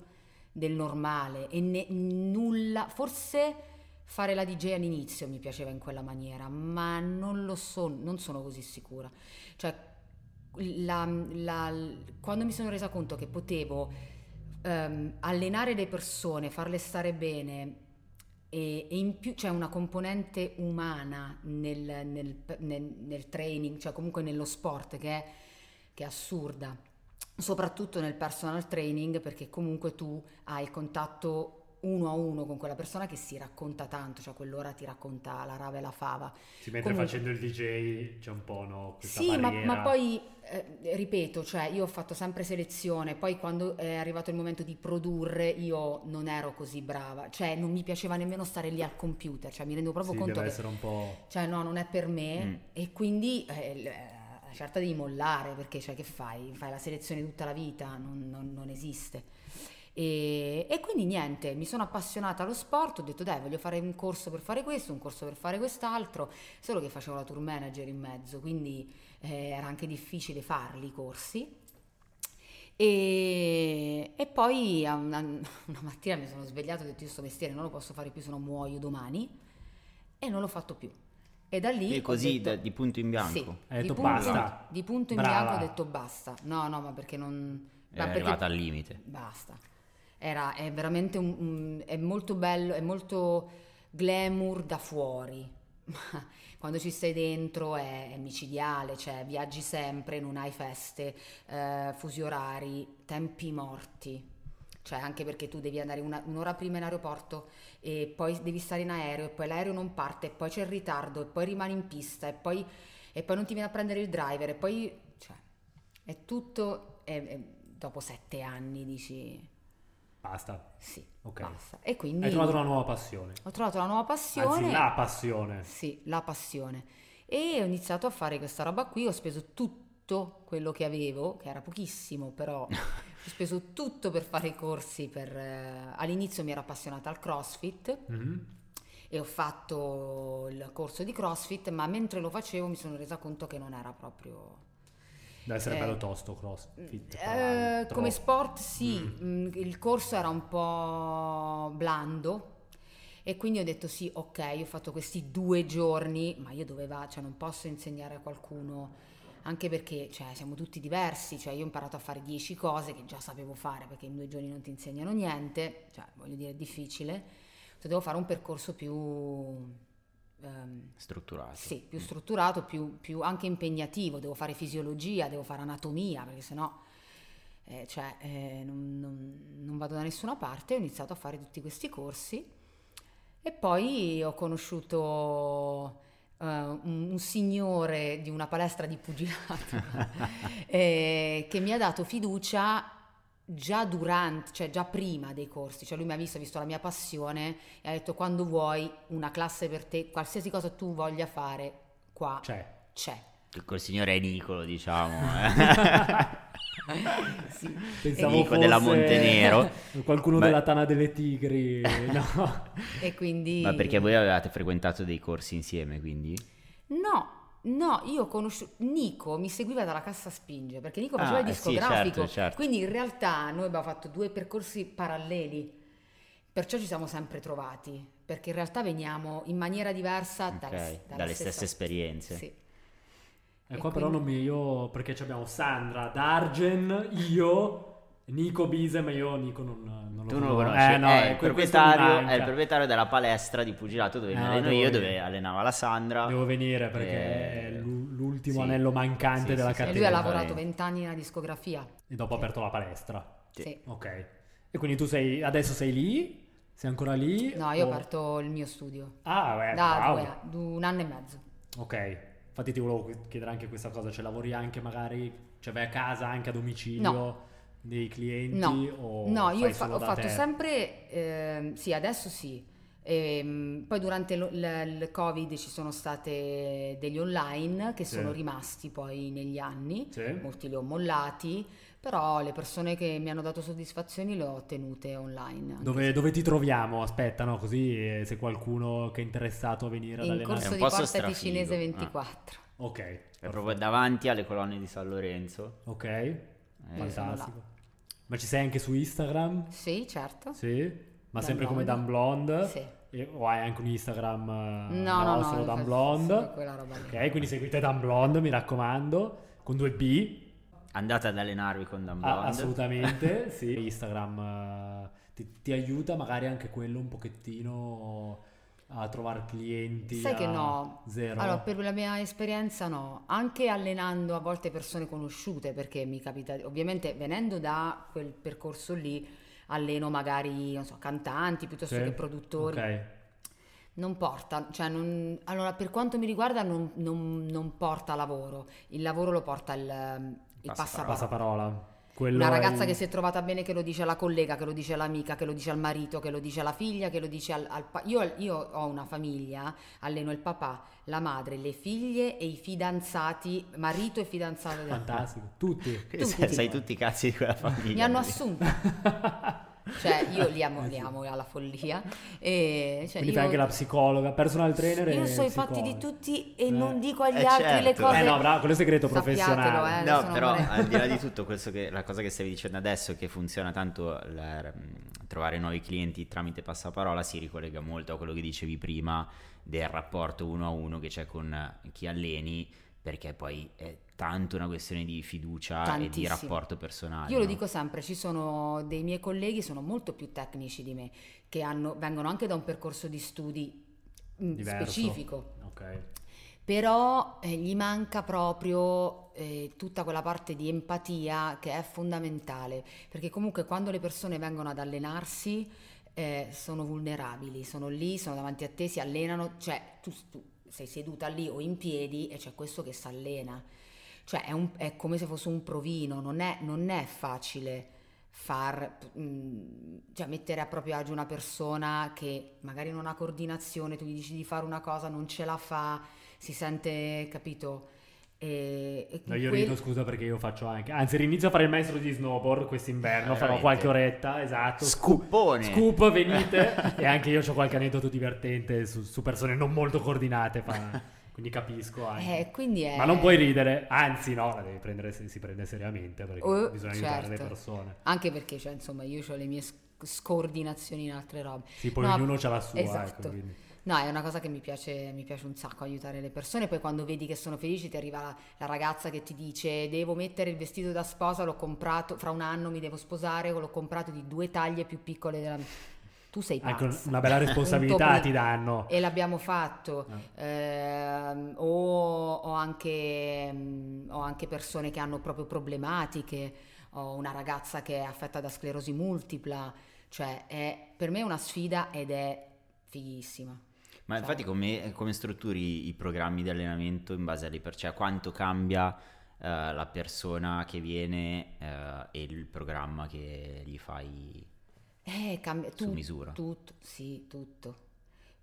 del normale e ne- nulla, forse fare la DJ all'inizio mi piaceva in quella maniera, ma non lo so, non sono così sicura. Cioè, la- la- quando mi sono resa conto che potevo ehm, allenare le persone, farle stare bene e, e in più c'è una componente umana nel, nel- nel- nel training, cioè comunque nello sport che è, che è assurda, soprattutto nel personal training perché comunque tu hai il contatto uno a uno con quella persona che si racconta tanto, cioè quell'ora ti racconta la rave e la fava,
sì, mentre
comunque-
facendo il DJ c'è un po' no, questa
sì, ma,
barriera.
ma poi eh, ripeto, cioè io ho fatto sempre selezione, poi quando è arrivato il momento di produrre io non ero così brava, cioè non mi piaceva nemmeno stare lì al computer, cioè mi rendo proprio
Sì,
conto
deve
che
essere un po'...
cioè no, non è per me
Mm.
e quindi eh, l- eh, certa di mollare perché cioè che fai? Fai la selezione tutta la vita, non, non- non esiste. E, e quindi niente, mi sono appassionata allo sport, ho detto dai voglio fare un corso per fare questo, un corso per fare quest'altro, solo che facevo la tour manager in mezzo, quindi eh, era anche difficile farli i corsi. E, e poi a una, una mattina mi sono svegliata e ho detto io sto mestiere non lo posso fare più, se no muoio domani e non l'ho fatto più. E da lì...
E
ho
così da-
detto-
di punto in bianco.
sì,
Hai
di
detto
punto-
basta.
Di punto in
Brava.
bianco ho detto basta. No, no, ma perché non...
È
ma perché-
arrivata al limite.
Basta. Era, è veramente un, un- è molto bello, è molto glamour da fuori. Ma quando ci stai dentro è, è micidiale, cioè viaggi sempre, non hai feste, eh, fusi orari, tempi morti. Cioè, anche perché tu devi andare una- un'ora prima in aeroporto e poi devi stare in aereo e poi l'aereo non parte e poi c'è il ritardo e poi rimani in pista e poi, e poi non ti viene a prendere il driver e poi... Cioè, è tutto... è- è- dopo sette anni dici
Basta.
sì,
Ok.
basta. E quindi
Hai trovato una nuova passione.
ho trovato una nuova passione.
Anzi, la passione.
Sì, la passione. E ho iniziato a fare questa roba qui, ho speso tutto quello che avevo, che era pochissimo, però ho speso tutto per fare i corsi. per, eh, All'inizio mi ero appassionata al CrossFit
Mhm.
e ho fatto il corso di CrossFit, ma mentre lo facevo mi sono resa conto che non era proprio...
Deve essere
Eh.
bello tosto crossfit. tra
Eh,
l'altro.
come sport sì,
Mm.
Mm, il corso era un po' blando e quindi ho detto sì, ok, ho fatto questi due giorni, ma io dove va? Cioè non posso insegnare a qualcuno, anche perché cioè, siamo tutti diversi, cioè io ho imparato a fare dieci cose che già sapevo fare perché in due giorni non ti insegnano niente, cioè voglio dire è difficile, Cioè, devo fare un percorso più... ehm,
Strutturato.
sì, più strutturato, più, più anche impegnativo, devo fare fisiologia, devo fare anatomia, perché sennò eh, cioè, eh, non, non- non vado da nessuna parte, ho iniziato a fare tutti questi corsi e poi ho conosciuto eh, un, un signore di una palestra di pugilato eh, che mi ha dato fiducia già durante, cioè già prima dei corsi, cioè lui mi ha visto, ha visto la mia passione e ha detto quando vuoi una classe per te, qualsiasi cosa tu voglia fare qua
Cioè,
c'è.
Col signore Nicolo, diciamo.
Sì.
pensavo
Nico della
fosse
Montenero.
Qualcuno
Beh.
della Tana delle Tigri. No.
E quindi...
eh. Ma perché voi avevate frequentato dei corsi insieme, quindi?
No, no, io ho conosciuto Nico, mi seguiva dalla cassa spinge perché Nico faceva
Ah,
il
eh sì,
discografico,
certo, certo.
quindi in realtà noi abbiamo fatto due percorsi paralleli, perciò ci siamo sempre trovati, perché in realtà veniamo in maniera diversa
Ok,
dalle, dalla
dalle
stessa-
stesse esperienze.
Sì.
E
E
Eh, qua Ecco, però non mi io perché ci abbiamo Sandra, Dargen, io, Nico Bisem e io Nico non, non lo
Tu non lo
conosco.
conosci,
Eh, no,
è, il
ecco, questo mi
proprietario,
manca.
è il proprietario della palestra di pugilato dove mi
Ah,
alleno
devo venire.
io, dove allenava la Sandra.
Devo venire perché
Ah. Eh,
è l'u- l'ultimo
sì.
anello mancante
Sì,
della
sì, sì.
catena.
E lui ha
Veramente.
lavorato vent'anni nella discografia.
E dopo ha aperto la palestra.
Sì.
Sì.
Ok. E quindi tu sei adesso sei lì? Sei ancora lì?
No, io ho
O-
aperto il mio studio
Ah, beh,
da
wow.
due a- du- un anno e mezzo.
Ok. Infatti ti volevo qui- chiedere anche questa cosa, cioè lavori anche magari, cioè vai a casa anche a domicilio dei clienti o
No, io
fai
fa-
solo
ho
da
fatto
te?
sempre, ehm, sì, adesso sì. Ehm, poi durante lo- l- il Covid ci sono state degli online che
Sì.
sono rimasti poi negli anni,
Sì.
molti li ho mollati, però le persone che mi hanno dato soddisfazioni le ho ottenute online. anche
Dove, dove ti troviamo? Aspetta, no? Così eh, se qualcuno che è interessato a venire ad
in
allenare.
È
corso
un
di
posto
Porta
strafigo,
Ticinese
Ah.
eh.
24.
Ok.
È proprio davanti alle colonne di San Lorenzo.
Ok.
Eh,
Fantastico. Ma ci sei anche su Instagram?
Sì, certo.
Sì. Ma
Dan
sempre come Dan
Blonde.
Blonde?
Sì.
E- o hai anche un Instagram eh,
No, no, no,
nostro
mi
Dan
fa-
Blonde?
sì, quella roba lì.
ok, quindi seguite Dan Blonde, mi raccomando, con due B,
Andate ad allenarvi con Dan
Ah,
Blond.
assolutamente, sì. Instagram eh, ti, ti aiuta magari anche quello un pochettino a trovare clienti.
Sai che
a-
no.
Zero.
Allora, per la mia esperienza no, anche allenando a volte persone conosciute, perché mi capita, ovviamente venendo da quel percorso lì, alleno magari, non so, cantanti piuttosto
Sì?
che produttori,
Ok.
non porta, cioè non- allora per quanto mi riguarda non, non- non porta lavoro, il lavoro lo porta il, ehm, il
Passaparola.
passaparola.
passaparola. Quello
Una
è
ragazza
il-
che si è trovata bene che lo dice alla collega, che lo dice all'amica, che lo dice al marito, che lo dice alla figlia, che lo dice al... al pa- io, io ho una famiglia, alleno il papà, la madre, le figlie e i fidanzati, marito e fidanzato. del-
Fantastico, tutti.
Sai, sai tutti i cazzi di quella famiglia.
Mi hanno assunta. Cioè, io li amo, li amo alla follia. E, cioè,
Eh, Quindi
io,
fai anche la psicologa, personal trainer e
Io so i
psicologa.
fatti di tutti e
Eh.
non dico agli
Eh,
altri le
certo.
cose.
Eh no, bravo, quello è segreto
Sappiatelo,
professionale.
eh,
No,
sono
però
amore.
al di là di tutto, questo che- la cosa che stavi dicendo adesso è che funziona tanto la- mh, trovare nuovi clienti tramite passaparola si ricollega molto a quello che dicevi prima del rapporto uno a uno che c'è con eh, chi alleni, perché poi è tanto una questione di fiducia e di
Tantissimo.
rapporto personale.
Io lo
no?
dico sempre, ci sono dei miei colleghi, sono molto più tecnici di me, che hanno- vengono anche da un percorso di studi mm,
Diverso.
specifico,
Ok.
però eh, gli manca proprio eh, tutta quella parte di empatia che è fondamentale, perché comunque quando le persone vengono ad allenarsi eh, sono vulnerabili, sono lì, sono davanti a te, si allenano, cioè tu, tu sei seduta lì o in piedi e c'è questo che si allena, cioè è, un- è come se fosse un provino, non è, non è facile far, mm, cioè mettere a proprio agio una persona che magari non ha coordinazione, tu gli dici di fare una cosa, non ce la fa, si sente, capito? E, e
No, io
quel-
rido scusa perché io faccio anche. Anzi, rinizio a fare il maestro di snowboard quest'inverno.
Eh,
farò
veramente.
qualche oretta, esatto.
Scoopone.
Scoop, venite. e anche io ho qualche aneddoto divertente su, su persone non molto coordinate. fa- Quindi capisco anche.
Eh, quindi è...
Ma non puoi ridere, anzi, no, la devi prendere, se- si prende seriamente perché
Oh,
bisogna aiutare le
certo.
persone.
Anche perché, cioè, insomma, io ho le mie sc- scoordinazioni in altre robe.
Sì, poi
No,
ognuno ha la sua.
esatto.
Ecco, quindi.
No, è una cosa che mi piace, mi piace un sacco aiutare le persone. Poi quando vedi che sono felici, ti arriva la, la ragazza che ti dice: Devo mettere il vestito da sposa, l'ho comprato, fra un anno mi devo sposare, l'ho comprato di due taglie più piccole della mia. Tu sei
Anche
pazza.
un- Ecco, una bella responsabilità
topolino.
ti danno.
E l'abbiamo fatto. Ehm, o ho anche, mm, ho anche persone che hanno proprio problematiche. Ho una ragazza che è affetta da sclerosi multipla. Cioè, è, per me è una sfida ed è fighissima.
Ma
Cioè-
infatti come, come strutturi i programmi di allenamento in base alle per- cioè quanto cambia eh, la persona che viene eh, e il programma che gli fai
Eh, cambia
su
tu-
misura?
Tutto, sì, tutto.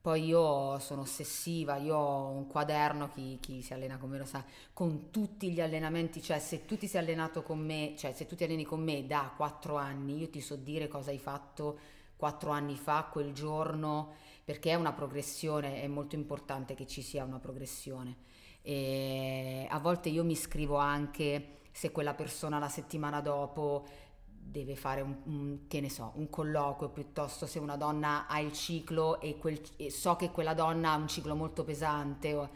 Poi io sono ossessiva, io ho un quaderno, chi, chi si allena con me lo sa, con tutti gli allenamenti, cioè se tu ti sei allenato con me, cioè se tu ti alleni con me da quattro anni, io ti so dire cosa hai fatto quattro anni fa, quel giorno, perché è una progressione, è molto importante che ci sia una progressione. E a volte io mi scrivo anche se quella persona la settimana dopo deve fare un, un- che ne so, un colloquio piuttosto se una donna ha il ciclo e, quel- e so che quella donna ha un ciclo molto pesante. o-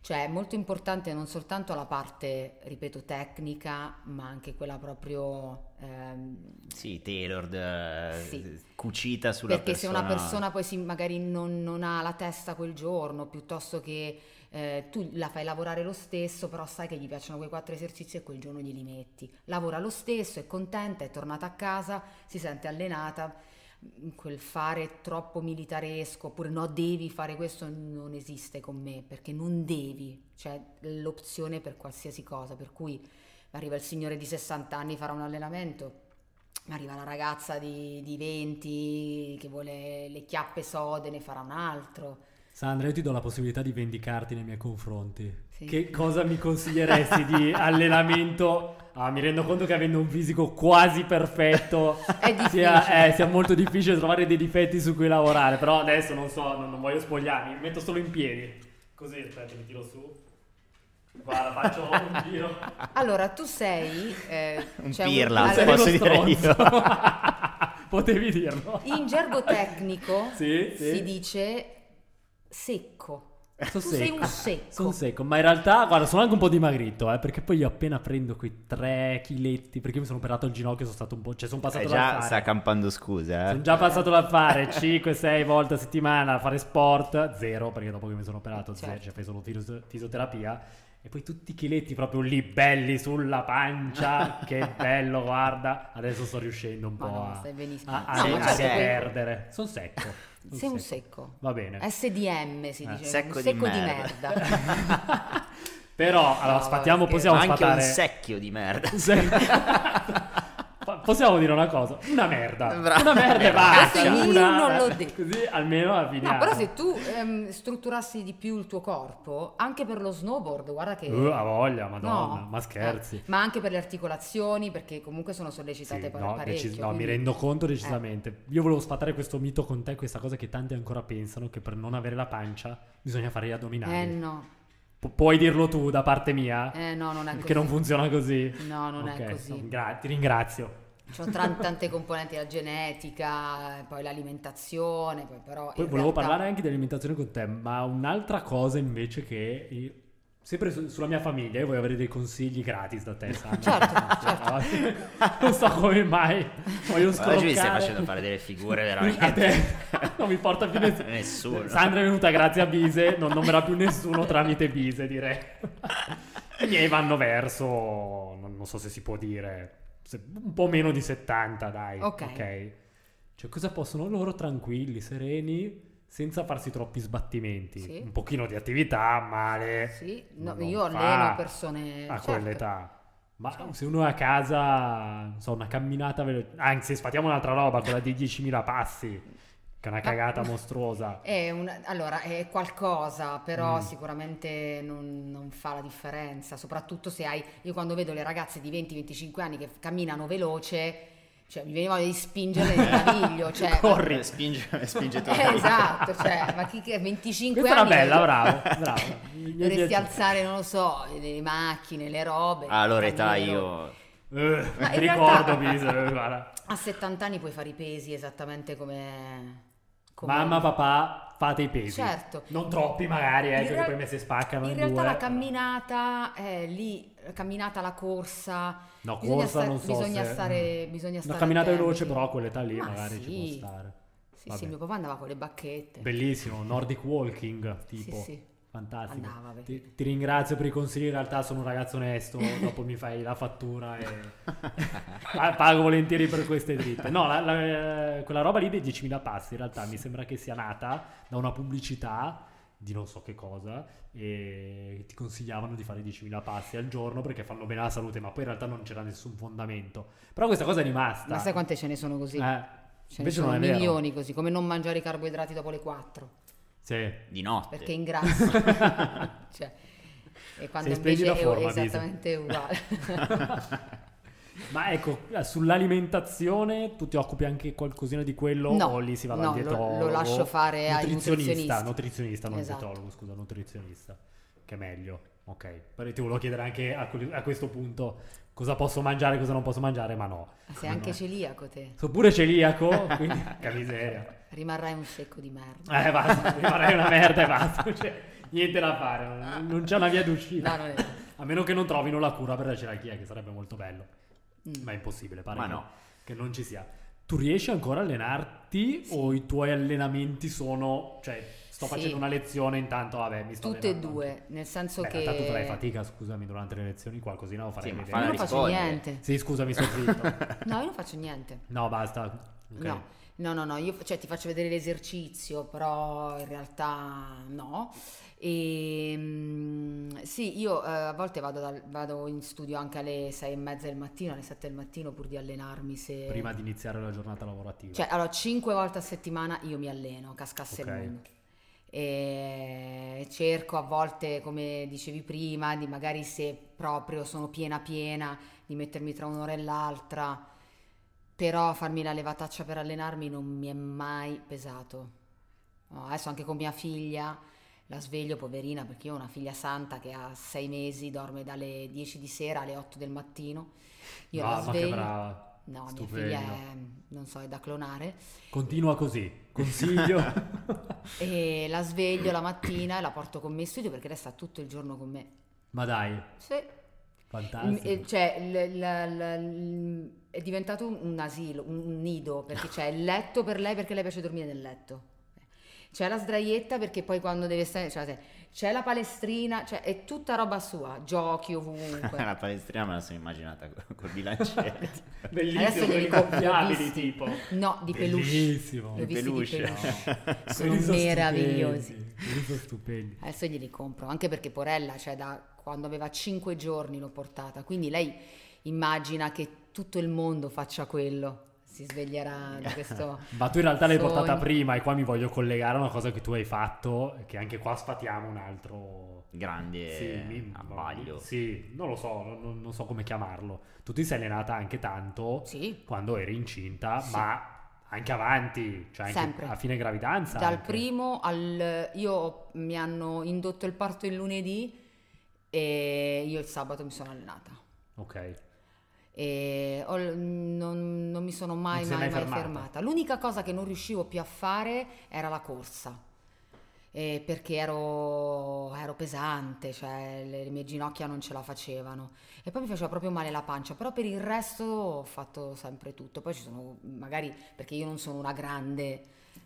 cioè è molto importante non soltanto la parte, ripeto, tecnica, ma anche quella proprio... ehm,
Sì, tailored, eh,
Sì.
cucita sulla
perché se
persona.
una persona poi si- magari non, non ha la testa quel giorno, piuttosto che eh, tu la fai lavorare lo stesso, però sai che gli piacciono quei quattro esercizi e quel giorno glieli metti. Lavora lo stesso, è contenta, è tornata a casa, si sente allenata. Mm, Quel fare troppo militaresco oppure no, devi fare questo non esiste con me perché non devi, c'è l'opzione per qualsiasi cosa. Per cui arriva il signore di 60 anni, farà un allenamento. Ma arriva la ragazza di, di 20 che vuole le chiappe sode, ne farà un altro.
Sandra, io ti do la possibilità di vendicarti nei miei confronti.
Sì.
Che cosa mi consiglieresti di allenamento? Ah, mi rendo conto che avendo un fisico quasi perfetto
È difficile.
sia, eh, sia molto difficile trovare dei difetti su cui lavorare, però adesso non so, non, non voglio spogliarmi, mi metto solo in piedi. Così, aspetta, mi tiro su. Guarda, faccio un giro.
Allora, tu sei... eh,
Un
c'è
pirla,
Sei
allora,
posso
uno
dire io.
stronzo. Potevi dirlo.
in gergo tecnico
Sì, sì.
si dice secco.
Sono
tu sei un secco.
Sono secco, ma in realtà, guarda, sono anche un po' dimagrito, eh, perché poi io appena prendo quei tre chiletti, perché io mi sono operato il ginocchio, sono stato un po', cioè sono passato
Eh,
da
già sta campando scuse, eh.
sono già passato da fare 5-6 volte a settimana a fare sport, zero, perché dopo che mi sono operato,
Certo.
zero, cioè fai solo filos- fisioterapia. E poi tutti i chiletti proprio lì, belli sulla pancia, che bello, guarda. Adesso sto riuscendo un
Ma
po'
no,
a,
stai benissimo.
a, a-
No, ma
a
certo.
perdere. Sono secco. son
Sei un secco.
Va bene.
SDM si
Eh,
dice.
secco di
un secco di
merda.
merda.
Però, allora,
No,
sfattiamo,
perché-
possiamo
Ma anche
sfatare...
un secchio di merda.
Sì. Fa- possiamo dire una cosa, una merda.
Bravo.
Una merda e basta.
Basta, io
Una-
non l'ho detto.
Così almeno la fine.
No, però se tu ehm, strutturassi di più il tuo corpo, anche per lo snowboard, guarda che...
Uh, ha voglia, madonna,
No.
ma scherzi.
Eh, ma anche per le articolazioni, perché comunque sono sollecitate
Sì,
pa-
no,
parecchio.
decis- no, mi
quindi- Eh.
rendo conto decisamente. Io volevo sfatare questo mito con te, questa cosa che tanti ancora pensano, che per non avere la pancia bisogna fare gli addominali.
Eh no,
Pu- puoi dirlo tu da parte mia?
eh no, non è così.
Che non funziona così.
No, non
Ok,
è così.
gra- ti ringrazio.
Ci sono tran- tante componenti, la genetica, eh, poi l'alimentazione, poi però...
Poi
in
volevo
realtà-
parlare anche dell'alimentazione con te, ma un'altra cosa invece che... io- Sempre su- sulla mia famiglia, io voglio avere dei consigli gratis da te, Sandra.
Certo,
certo. Non so come mai voglio scroccare.
Oggi mi stai facendo fare delle figure veramente.
A te. Non mi porta più nessuno.
Nessuno.
Sandra è venuta grazie a Bise, non nommerà più nessuno tramite Bise, direi. I miei vanno verso, non, non so se si può dire, se- un po' meno di 70, dai.
Ok.
Cioè, cosa possono loro tranquilli, sereni, senza farsi troppi sbattimenti?
Sì.
Un pochino di attività, male.
Sì, no,
non fa
io alleno persone...
A
certo.
quell'età. Ma
Certo.
se uno è a casa, non so, una camminata veloce, anzi, sfatiamo un'altra roba, quella di 10.000 passi, che è
Ah.
una cagata mostruosa.
È un- allora, è qualcosa, però
Mm.
sicuramente non, non fa la differenza, soprattutto se hai... Io quando vedo le ragazze di 20-25 anni che camminano veloce, cioè mi veniva voglia di spingere nel naviglio, cioè...
Corri.
Spinge, spinge tu.
Eh, esatto, cioè, ma chi che 25
Questa era
anni...
bella, bravo, bravo. Mi è
Dovresti
piaciuta.
alzare, non lo so, le macchine, le robe.
Allora età
camminare.
io...
Eh,
Ma
mi
in
ricordo,
realtà-
Bisa, eh, guarda.
A 70 anni puoi fare i pesi esattamente come... come-
Mamma, papà, fate i pesi.
Certo.
Non troppi magari, eh,
In
che
real-
poi me si spaccano in,
In realtà
due.
la camminata è lì, la camminata, la corsa,
No,
bisogna
corsa
sta-
non so
bisogna
se-
stare- bisogna
Una
stare
camminata
attenti.
veloce, però a quell'età lì
Ma
magari ci
sì.
può stare.
Sì,
Vabbè.
sì, mio papà andava con le bacchette.
Bellissimo, Nordic Walking,
Sì,
tipo.
sì.
Fantastico.
Andava, beh.
Ti, ti ringrazio per i consigli, in realtà sono un ragazzo onesto, dopo mi fai la fattura e Pa- pago volentieri per queste dritte. No, la- la- eh, quella roba lì dei 10.000 passi in realtà mi sembra che sia nata da una pubblicità di non so che cosa e ti consigliavano di fare 10.000 passi al giorno perché fanno bene alla salute, ma poi in realtà non c'era nessun fondamento. Però questa cosa è rimasta.
Ma sai quante ce ne sono così?
Eh,
ce ne
invece
sono
non è vero.
milioni così, come non mangiare i carboidrati dopo le 4,
Sì.
Di notte.
perché ingrassi. cioè,
Sei in
e quando invece
splendida
è
forma, Bisa.
esattamente uguale.
Ma ecco, sull'alimentazione tu ti occupi anche qualcosina di quello
No,
o lì si va dal
no, lo-
dietologo?
lo lascio fare ai
nutrizionista,
nutrizionisti.
nutrizionista, non
Esatto.
dietologo, scusa, nutrizionista, che è meglio. Ok, però ti volevo chiedere anche a, quel- a questo punto cosa posso mangiare, cosa non posso mangiare, ma no.
Sei anche celiaco te,
Sono pure celiaco, quindi che miseria.
rimarrai un secco di merda.
Eh, basta, mi farei una merda e basta, cioè, niente da fare, non- non c'è una via d'uscita.
No, non è-
A meno che non trovino la cura per la celiachia, che sarebbe molto bello.
Mm.
Ma è impossibile, pare
Ma
che,
no.
che non ci sia. Tu riesci ancora a allenarti o i tuoi allenamenti sono... Cioè, sto
Sì.
facendo una lezione, intanto vabbè, mi sto
Tutte e
allenando
due,
anche.
nel senso
Beh,
che...
in realtà tu farai fatica, scusami, durante le lezioni qualcosina lo farei
Sì, ma
vedere.
fa
Io
la
non faccio
rispondere.
niente.
Sì, scusami, sono zitto.
No, io non faccio niente.
No, basta. Ok.
No, no, no, no, io cioè, ti faccio vedere l'esercizio, però in realtà no. E, mm, sì, io eh, a volte vado, dal- vado in studio anche alle sei e mezza del mattino, alle 7 del mattino pur di allenarmi se...
Prima di iniziare la giornata lavorativa.
eh. Cioè, allora, cinque volte a settimana io mi alleno, cascasse
Ok.
il mondo. E cerco a volte, come dicevi prima, di magari se proprio sono piena piena, di mettermi tra un'ora e l'altra. Però farmi la levataccia per allenarmi non mi è mai pesato. No, adesso anche con mia figlia, la sveglio poverina perché io ho una figlia santa che ha sei mesi, dorme dalle 10 di sera alle 8 del mattino. Io
No,
la
ma che
sveglio.
brava.
No,
Stupendo.
mia figlia è, non so, è da clonare.
Continua così, consiglio.
E la sveglio la mattina e la porto con me in studio perché lei sta tutto il giorno con me.
ma dai,
Sì. Mm,
fantastico.
eh, Cioè, l- l- l- l- è diventato un- un asilo, un, un nido, perché c'è il letto per lei perché le piace dormire nel letto. C'è la sdraietta perché poi quando deve stare... Cioè, se- c'è la palestrina, cioè è tutta roba sua, giochi ovunque.
la palestrina me la sono immaginata col, col bilanciere.
cioè, Adesso
Bellissimo,
glieli
quelli
compro
gonfiabili
visti.
tipo.
No, di peluche.
Bellissimo.
Li ho visti di
Peluche.
peluche. Sono
Quelli Cioè, stupendi,
meravigliosi.
quelli sono stupendi.
Adesso glieli compro, anche perché Porella, cioè da quando aveva 5 giorni l'ho portata, quindi lei immagina che tutto il mondo faccia quello. Si sveglierà da questo...
Ma tu in realtà l'hai portata
Sogno.
prima e qua mi voglio collegare a una cosa che tu hai fatto, che anche qua sfatiamo un altro...
Grande
mi-
ah, abbaglio.
Sì, non lo so, non, non so come chiamarlo. Tu ti sei allenata anche tanto
Sì,
quando eri incinta,
Sì.
ma anche avanti, cioè anche
Sempre.
a fine gravidanza.
dal
anche.
primo al... Io mi hanno indotto il parto il lunedì e io il sabato mi sono allenata.
Ok.
e ho- non, non mi sono mai,
Non ti sei
mai,
mai
mai fermata.
fermata.
L'unica cosa che non riuscivo più a fare era la corsa. Eh, perché ero, ero pesante, cioè le, le mie ginocchia non ce la facevano e poi mi faceva proprio male la pancia, però per il resto ho fatto sempre tutto. Poi ci sono, magari perché io non sono una grande,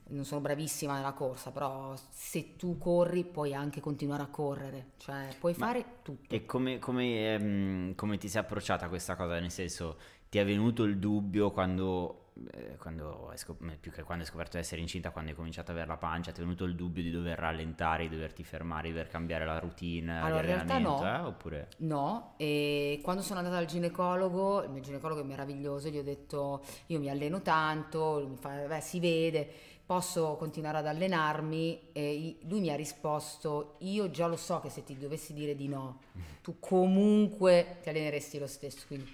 non sono bravissima nella corsa, però se tu corri puoi anche continuare a correre, cioè puoi
Ma-
fare tutto.
E come, come, ehm, come ti sei approcciata a questa cosa? Nel senso, ti è venuto il dubbio quando, eh, quando hai scop- più che quando hai scoperto di essere incinta, quando hai cominciato ad avere la pancia, ti è venuto il dubbio di dover rallentare, di doverti fermare, di dover cambiare la routine,
Allora, in
di
realtà
allenamento,
no.
eh? Oppure...
No, e quando sono andata al ginecologo, il mio ginecologo è meraviglioso, gli ho detto io mi alleno tanto, lui mi fa, beh si vede, posso continuare ad allenarmi? E i- lui mi ha risposto, io già lo so che se ti dovessi dire di no, tu comunque ti alleneresti lo stesso, quindi...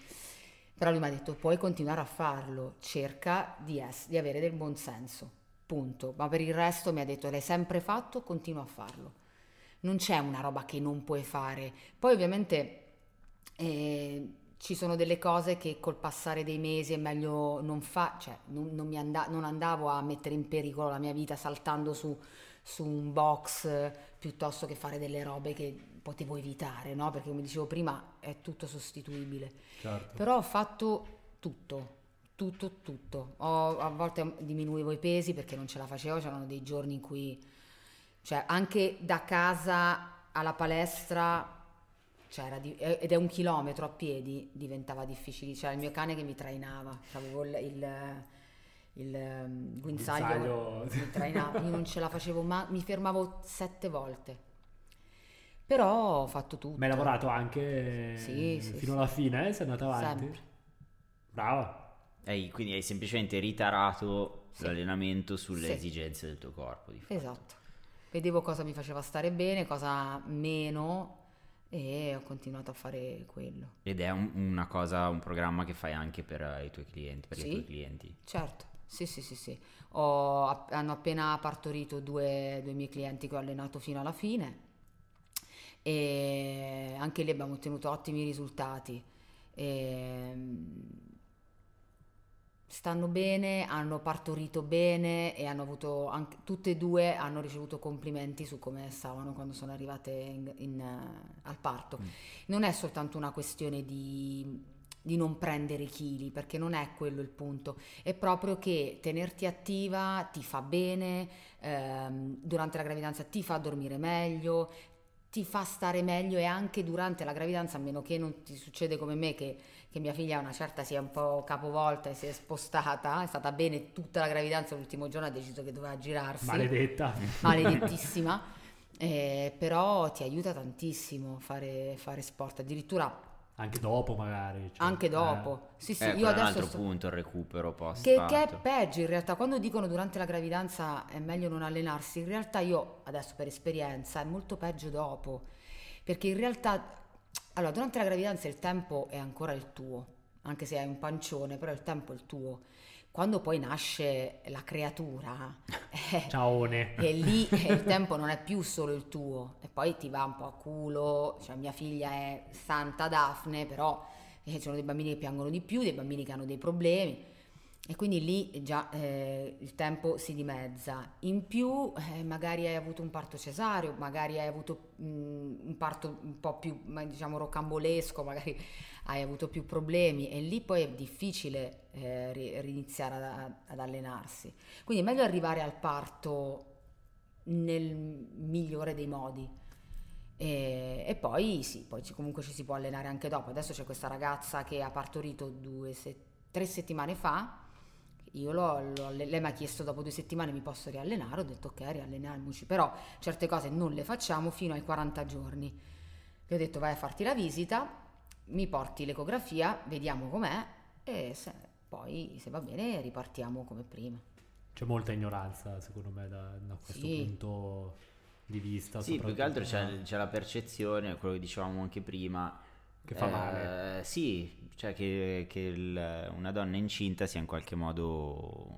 Però lui mi ha detto puoi continuare a farlo, cerca di, ess- di avere del buon senso, punto. Ma per il resto mi ha detto l'hai sempre fatto, continua a farlo. Non c'è una roba che non puoi fare. Poi ovviamente eh, ci sono delle cose che col passare dei mesi è meglio non fare, cioè non, non mi anda- non andavo a mettere in pericolo la mia vita saltando su, su un box eh, piuttosto che fare delle robe che potevo evitare, no? Perché come dicevo prima è tutto sostituibile.
Certo.
Però ho fatto tutto, tutto, tutto. Ho- a volte diminuivo i pesi perché non ce la facevo, c'erano dei giorni in cui, cioè anche da casa alla palestra, cioè era di- ed è un chilometro a piedi, diventava difficile. C'era il mio cane che mi trainava, avevo il, il, il, ehm, guinzaglio,
Guinzaglio.
mi trainava, io non ce la facevo, ma mi fermavo sette volte. Però ho fatto tutto.
Ma hai lavorato anche
Sì, sì,
fino
sì.
alla fine, eh? sei andata avanti.
Sempre.
Brava.
Hai- quindi hai semplicemente ritarato
Sì.
l'allenamento sulle
Sì.
esigenze del tuo corpo. Di fatto.
Esatto. Vedevo cosa mi faceva stare bene, cosa meno e ho continuato a fare quello.
Ed è un- una cosa, un programma che fai anche per eh, i tuoi clienti, per
Sì.
i tuoi clienti.
Certo, sì, sì, sì, sì. Ho app- hanno appena partorito due, due miei clienti che ho allenato fino alla fine e anche lì abbiamo ottenuto ottimi risultati. Ehm, stanno bene, hanno partorito bene e hanno avuto anche, tutte e due hanno ricevuto complimenti su come stavano quando sono arrivate in- in, eh, al parto. Non è soltanto una questione di, di non prendere chili, perché non è quello il punto, è proprio che tenerti attiva ti fa bene, ehm, durante la gravidanza ti fa dormire meglio, ti fa stare meglio e anche durante la gravidanza, a meno che non ti succede come me che che mia figlia a una certa si è un po' capovolta e si è spostata, è stata bene tutta la gravidanza, l'ultimo giorno ha deciso che doveva girarsi,
Maledetta.
maledettissima, eh, però ti aiuta tantissimo fare, fare sport, addirittura
Anche dopo magari. cioè,
anche
eh.
dopo. Sì, sì,
Cioè, Eh,
io
quello è un
adesso...
altro
sto-
punto, il recupero post
Che, che è
parto.
peggio in realtà, quando dicono durante la gravidanza è meglio non allenarsi, in realtà io adesso per esperienza è molto peggio dopo, perché in realtà, allora durante la gravidanza il tempo è ancora il tuo, anche se hai un pancione, però il tempo è il tuo. Quando poi nasce la creatura, eh,
Ciaone.
e lì eh, il tempo non è più solo il tuo e poi ti va un po' a culo, cioè mia figlia è santa Daphne, però eh, ci sono dei bambini che piangono di più, dei bambini che hanno dei problemi e quindi lì già eh, il tempo si dimezza. In più eh, magari hai avuto un parto cesareo, magari hai avuto mh, un parto un po' più ma- diciamo rocambolesco, magari hai avuto più problemi e lì poi è difficile eh, ri- riniziare ad- ad allenarsi. Quindi è meglio arrivare al parto nel migliore dei modi. E, e poi sì, poi ci- comunque ci si può allenare anche dopo. Adesso c'è questa ragazza che ha partorito due se- tre settimane fa. Io l'ho, l'ho alle- lei mi ha chiesto dopo due settimane mi posso riallenare, ho detto ok, rialleniamoci, però certe cose non le facciamo fino ai 40 giorni. Le ho detto vai a farti la visita, mi porti l'ecografia, vediamo com'è e se- poi se va bene ripartiamo come prima.
C'è molta ignoranza, secondo me, da, da questo
Sì.
punto di vista.
Sì, più che
soprattutto,
altro c'è,
no?
c'è la percezione, quello che dicevamo anche prima. eh,
Che fa male.
Sì, cioè che, che il- una donna incinta sia in qualche modo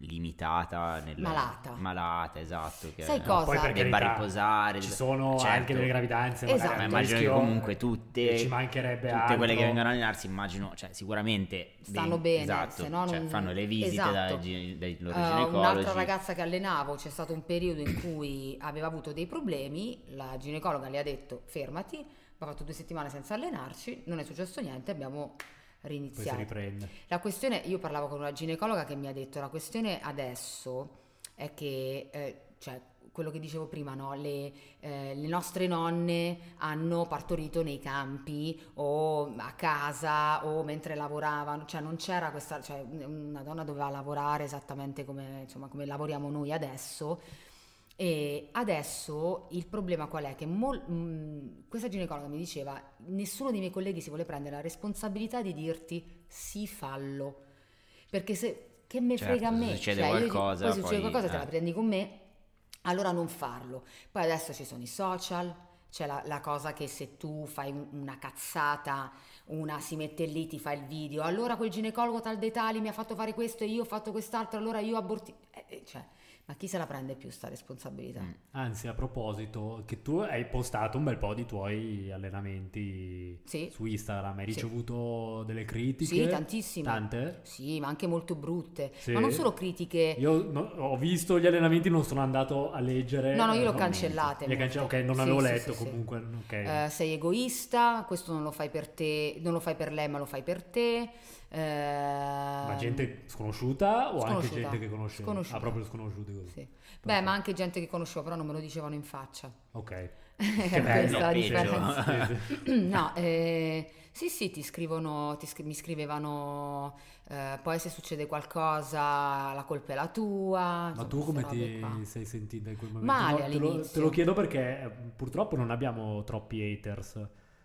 limitata. nel-
Malata.
Malata, esatto. Che
Sai
eh,
cosa?
Poi per
Debba
carità,
riposare.
eh. Ci
debba-
sono
certo.
anche delle gravidanze,
Esatto.
magari
Ma
a
immagino che
rischio,
comunque tutte,
e Ci mancherebbe
tutte
altro.
quelle che vengono a allenarsi, immagino, cioè sicuramente
Stanno
dei-
bene,
esatto,
se no
cioè,
non-
fanno le visite
esatto.
dai, gi- dai loro
Eh,
ginecologi.
un'altra ragazza che allenavo, c'è stato un periodo in cui aveva avuto dei problemi, la ginecologa le ha detto fermati, ha fatto due settimane senza allenarci, non è successo niente, abbiamo
Poi si
riniziato.
riprende.
La questione, io parlavo con una ginecologa che mi ha detto, la questione adesso è che, eh, cioè, quello che dicevo prima, no? le, eh, le nostre nonne hanno partorito nei campi o a casa o mentre lavoravano, cioè non c'era questa, cioè una donna doveva lavorare esattamente come, insomma, come lavoriamo noi adesso. E adesso il problema qual è? Che mol- mh, questa ginecologa mi diceva, nessuno dei miei colleghi si vuole prendere la responsabilità di dirti sì fallo, perché se che me
Certo,
frega a
se
me, Cioè,
succede
io ti-
qualcosa,
poi succede
poi,
qualcosa, te
eh.
la prendi con me, allora non farlo. Poi adesso ci sono i social, c'è la, la cosa che se tu fai un- una cazzata, una si mette lì, ti fa il video, allora quel ginecologo tal dei tali mi ha fatto fare questo e io ho fatto quest'altro, allora io aborti... eh, eh, cioè, ma chi se la prende più sta responsabilità?
Mm.
Anzi, a proposito, che tu hai postato un bel po' di tuoi allenamenti
Sì.
su Instagram, hai
Sì.
ricevuto delle critiche?
Sì, tantissime.
Tante?
Sì, ma anche molto brutte,
Sì.
ma non solo critiche.
Io no- ho visto gli allenamenti, non sono andato a leggere.
No, no, io l'ho
eh,
cancellate
le cance-
molte.
ok, non
Sì,
avevo
sì,
letto
sì, sì.
comunque. ok.
Eh, sei egoista, questo non lo fai per te, non lo fai per lei, ma lo fai per te. Eh,
Ma gente sconosciuta o anche
Ehm, sconosciuta.
gente che conoscevo?
Sconosciuta.
Ah, proprio sconosciuti così.
Sì. Beh, ma anche gente che conoscevo, però non me lo dicevano in faccia.
Ok.
Questa
bello,
è la
peggio.
differenza.
Sì, sì.
No, eh, sì, sì, ti scrivono, ti scri- mi scrivevano, eh, poi se succede qualcosa la colpa è la tua.
Ma
insomma,
tu come
queste robe
ti
qua.
sei sentita in quel momento?
Male
te, lo,
all'inizio.
te lo chiedo perché eh, purtroppo non abbiamo troppi haters.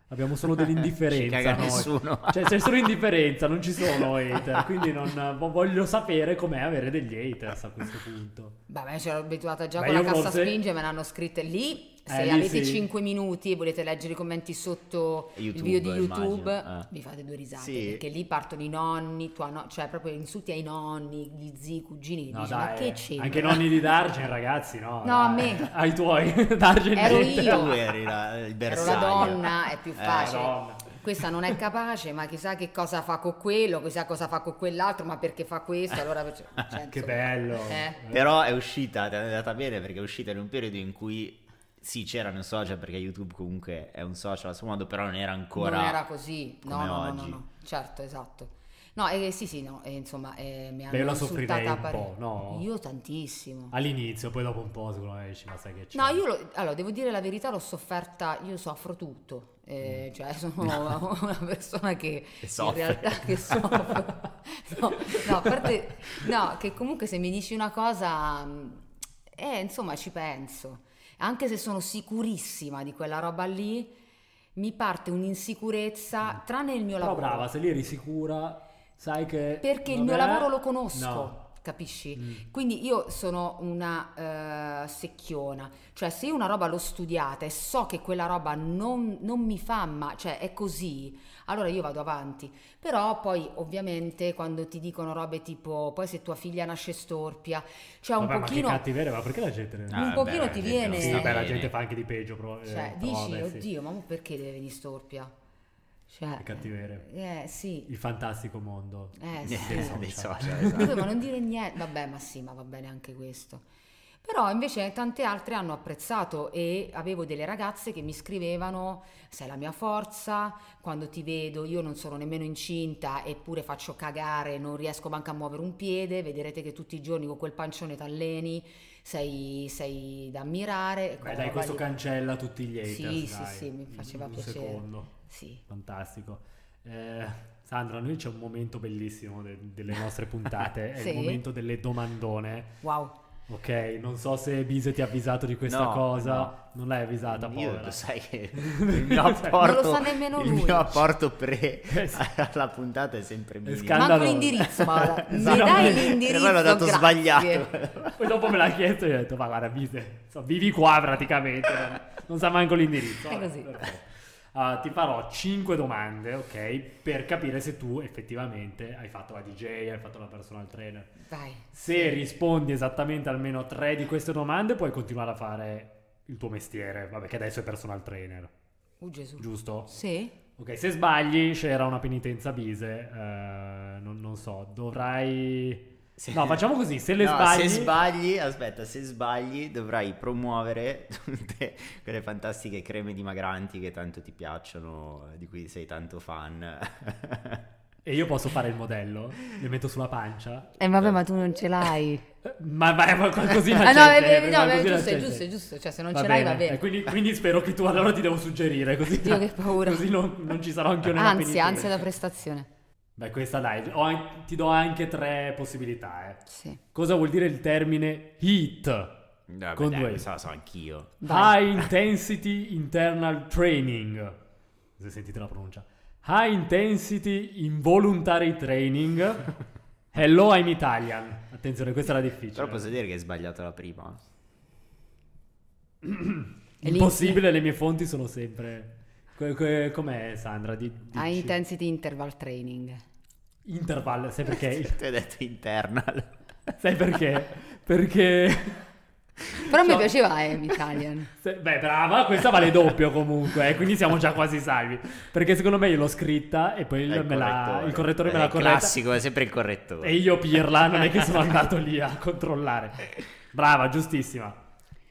Abbiamo solo dell'indifferenza.
Ci caga
noi.
nessuno.
Cioè, c'è solo indifferenza, non ci sono hater. Quindi non, vo- voglio sapere com'è avere degli haters a questo punto.
Beh, ma io c'ero abituata già
Beh,
con la
io
cassa
forse-
spinge, me l'hanno scritta lì. Se
Eh, lì
avete
sì.
5 minuti e volete leggere i commenti sotto il
YouTube,
video di YouTube,
immagino, eh.
vi fate due risate.
Sì.
Perché lì partono i nonni, tua no- cioè proprio insulti ai nonni, gli zii, i cugini. che
No,
dici, ma
dai,
che c'è?
anche i nonni di Dargen, ragazzi, no?
No,
dai.
a me.
Ai tuoi, Dargen Eh,
Ero
niente.
io.
Tu eri la, il
Ero la
bersaglio.
donna, è più
Eh,
facile.
Madonna.
Questa non è capace, ma chissà che cosa fa con quello, chissà cosa fa con quell'altro, ma perché fa questo? Allora, cioè,
Che
insomma,
bello.
eh.
Però è uscita, è andata bene perché è uscita in un periodo in cui sì, c'erano social perché YouTube comunque è un social a suo modo, però non era ancora
Non era così, no,
come
no, no, no,
oggi.
no, certo, esatto. No, eh, sì, sì, no, eh, insomma, eh, mi hanno
Beh, io la soffrirei
insultata
un
pare-
po', no?
Io tantissimo.
All'inizio, poi dopo un po' secondo me dici, ma sai che c'è?
No, io lo- allora devo dire la verità, l'ho sofferta, io soffro tutto,
Mm.
eh, cioè sono una persona che
Che soffre.
in realtà che soffre. No, no, a parte, no, che comunque se mi dici una cosa, mh, eh, insomma ci penso, anche se sono sicurissima di quella roba lì, mi parte un'insicurezza, tranne il mio
Mm. Però
lavoro.
brava, se lì eri sicura, sai che...
Perché il mio
vabbè,
lavoro lo conosco,
no.
capisci?
Mm.
Quindi io sono una eh, secchiona, cioè se io una roba l'ho studiata e so che quella roba non, non mi fa ma, cioè è così, allora io vado avanti. Però poi ovviamente quando ti dicono robe tipo poi se tua figlia nasce storpia, cioè un
Vabbè,
pochino...
ma che cattiveria, ma perché la gente...
Ah,
un pochino
vabbè, la gente
ti viene-
non
Sì,
sta
vabbè, la
bene.
gente fa anche di peggio, però... eh,
Cioè,
però
dici,
vabbè, sì.
oddio, ma mo perché deve venire storpia? Cioè,
Che cattiveria.
Eh, sì.
Il fantastico mondo.
Eh,
Dei-
sì.
dei
social.
social, esatto.
Dove, ma non dire niente. Vabbè, ma sì, ma va bene anche questo. Però invece tante altre hanno apprezzato e avevo delle ragazze che mi scrivevano sei la mia forza, quando ti vedo io non sono nemmeno incinta eppure faccio cagare, non riesco manco a muovere un piede, vedrete che tutti i giorni con quel pancione t'alleni, sei, sei da ammirare.
Beh, dai, questo cancella tutti gli haters.
Sì, sì,
dai.
sì, mi faceva
un
piacere.
secondo.
Sì.
Fantastico. Eh, Sandra, noi c'è un momento bellissimo de- delle nostre puntate, è
Sì.
il momento delle domandone.
Wow.
Ok, non so se Bise ti ha avvisato di questa
No,
cosa.
no.
Non l'hai avvisata, Esatto,
Io
povera.
lo sai che il mio apporto,
Non lo sa nemmeno
Il
lui.
mio apporto pre
Eh sì.
alla puntata è sempre minimo.
scan-
Manco
Scandalo.
l'indirizzo, ma mi
Esatto.
dai
E
l'indirizzo.
poi l'ho dato
grazie.
sbagliato.
Poi dopo me l'ha chiesto e io ho detto, ma guarda, Bise, so, vivi qua praticamente, non- non sa manco l'indirizzo.
È
Vabbè,
così.
perfetto. Ah, ti farò 5 domande, ok, per capire se tu effettivamente hai fatto la DJ, hai fatto la personal trainer.
Vai.
Se rispondi esattamente almeno tre di queste domande, puoi continuare a fare il tuo mestiere, vabbè, che adesso è personal trainer,
Uh Gesù.
giusto?
Sì?
Ok, se sbagli c'era una penitenza bise, eh, non, non so, dovrai...
Se-
No, facciamo così, se le
No,
sbagli...
se sbagli, aspetta, se sbagli dovrai promuovere tutte quelle fantastiche creme dimagranti che tanto ti piacciono, di cui sei tanto fan.
E io posso fare il modello? Le metto sulla pancia? eh,
Eh vabbè, ma tu non ce l'hai.
Ma, ma ma qualcosina c'è.
Ah, no, è,
sempre,
no, è
qualcosina
giusto, è
c'è
giusto, è
sempre.
giusto. Cioè, se non
Va
ce l'hai va
bene. Eh,
bene.
Quindi, quindi spero che tu allora ti devo suggerire così.
Dio, che paura.
Così non, non ci sarò anche io nella
Anzi,
penitenza.
anzi, la prestazione.
Beh, questa dai, ho an- ti do anche tre possibilità, eh.
Sì.
Cosa vuol dire il termine HIT?
No,
Con due.
dai, lo so, lo so anch'io.
Vai.
High Intensity Internal Training. Se sentite la pronuncia. High Intensity Involuntary Training. Hello, I'm Italian. Attenzione, questa era difficile.
Però posso dire che hai sbagliato la prima.
E lì-
Impossibile, le mie fonti sono sempre. que- que- com'è Sandra? Di, dici?
High intensity interval training.
Interval, sai perché?
Tu hai detto internal.
sai perché? Perché.
Però mi
Ciao.
piaceva I'm Italian.
se- Beh, brava, questa vale doppio comunque, eh, quindi siamo già quasi salvi. Perché secondo me io l'ho scritta e poi
È
me la- il correttore me
È
l'ha corretta.
classico, è sempre il
E
correttore.
io Pirla non è che sono andato lì a controllare. Brava, giustissima.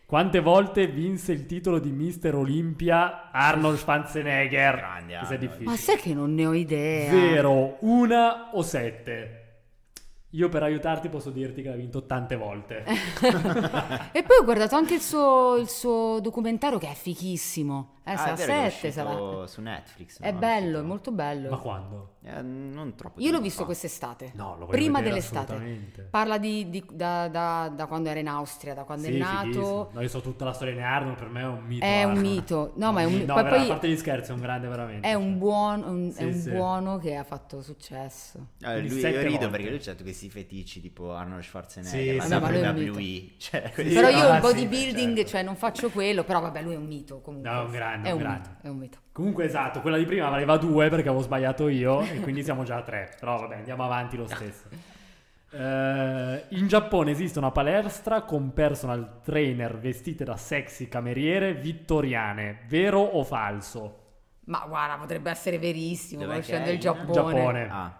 Quante volte vinse il titolo di Mister Olimpia Arnold Schwarzenegger?
Grande
Questa è
Arnold.
difficile.
Ma eh. sai che non ne ho idea?
0, 1 o 7? Io per aiutarti posso dirti che l'ha vinto tante volte.
E poi ho guardato anche il suo, il suo documentario che è fichissimo. Eh,
Ah,
sarà
è vero che è
7, sarà.
uscito su Netflix.
È
no?
bello, è
uscito-
molto bello.
Ma quando?
Eh, non troppo.
Io l'ho
tempo
visto
fa.
quest'estate.
No, lo voglio
Prima
vedere
dell'estate.
assolutamente.
Parla di, di- da, da- da quando era in Austria, da quando
Sì,
è
fighissimo.
nato.
No, io so tutta la storia di Arnold, per me è un mito.
È un
Arnold.
mito. No, ma è un
mi-
mito.
No,
Poi-
vera-
poi-
a parte gli scherzi, è un grande veramente.
È
cioè.
un, buon, un-
Sì,
è un
sì.
buono che ha fatto successo.
Eh,
Quindi
lui,
sette
io rido
volte.
perché lui c'ha tutti questi fetici tipo Arnold
Sì,
Schwarzenegger, la
sì.
la
Vabbè,
ma lui è un
WWE. Cioè,
Sì,
Però io
ah,
il
sì,
bodybuilding,
certo.
cioè non faccio quello, però vabbè, lui è un mito comunque.
No, è un grande,
è
un
un
grande.
mito, è un mito.
Comunque esatto, quella di prima valeva 2 perché avevo sbagliato io e quindi siamo già a 3. Però vabbè, andiamo avanti lo stesso. Eh, in Giappone esiste una palestra con personal trainer vestite da sexy cameriere vittoriane. Vero o falso?
Ma guarda, potrebbe essere verissimo,
Dov'è
conoscendo
che è?
il Giappone.
Giappone.
ah,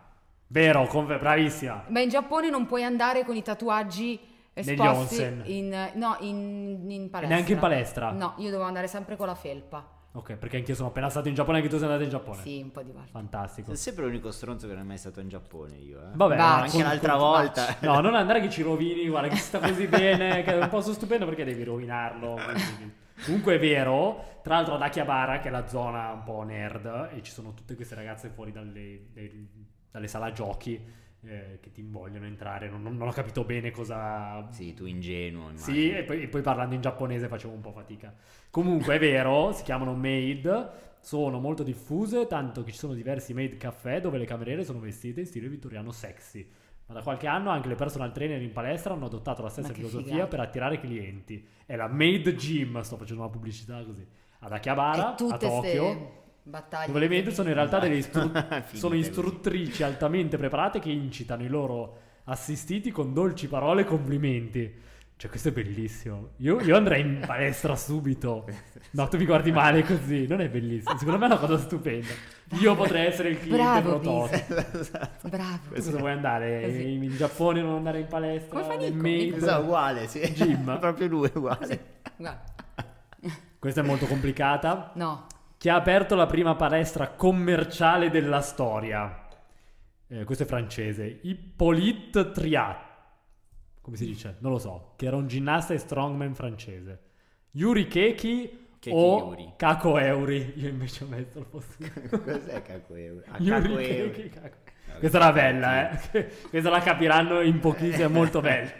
Vero, confer- bravissima.
Ma in Giappone non puoi andare con i tatuaggi esposti
onsen.
in no, in, in palestra.
Neanche in palestra?
No, io devo andare sempre con la felpa.
Ok, perché anch'io sono appena stato in Giapone, anche tu sei andato in Giappone.
Sì, un po' di volte.
Fantastico.
sono sempre l'unico stronzo che non è mai stato in Giappone io. Eh.
Vabbè,
Baci.
ma
Anche l'altra volta.
No, non andare che ci rovini, guarda che si sta così bene, che è un posto stupendo perché devi rovinarlo. Quindi- Comunque è vero, tra l'altro ad Akihabara, che è la zona un po' nerd, e ci sono tutte queste ragazze fuori dalle, dai- dalle sala giochi eh, che ti vogliono entrare, non, non- non ho capito bene cosa...
Sì, tu ingenuo. Immagino.
Sì, e poi, e poi parlando in giapponese facevo un po' fatica. Comunque è vero, si chiamano maid, sono molto diffuse, tanto che ci sono diversi maid caffè dove le cameriere sono vestite in stile vittoriano sexy. Ma da qualche anno anche le personal trainer in palestra hanno adottato la stessa
Ma che
filosofia
figata.
per attirare clienti. È la maid gym, sto facendo una pubblicità così, ad Akihabara,
e
a
tutte
Tokyo.
queste battaglie.
Dove le maid sono in realtà delle istru-
Finite
sono
così.
istruttrici altamente preparate che incitano i loro assistiti con dolci parole e complimenti. Cioè, questo è bellissimo. Io, io andrei in palestra subito. No, tu mi guardi male così. Non è bellissimo. Secondo me è una cosa stupenda. Io potrei essere il cliente
Bravo,
prototipo.
Bisa.
Tu
esatto,
Bravo.
cosa vuoi andare
Così.
in Giappone non andare in palestra?
Come fa
Le
Nico?
maid?
Esatto, uguale, sì.
Jim.
Proprio lui, uguale.
Guarda.
Questa è molto complicata.
No,
Chi ha aperto la prima palestra commerciale della storia? Eh, questo è francese. Hippolyte Triat. Come si dice? Non lo so. Che era un ginnasta e strongman francese. Yuri Keki
Keki
o
Yuri.
Kako Euri. Io invece ho messo il posto.
Cos'è Cacoeuro? Ah,
Yuri
Cacoeuro.
Keki. Kako- Questa era bella, eh. Questa la capiranno in pochissimo, è molto bella.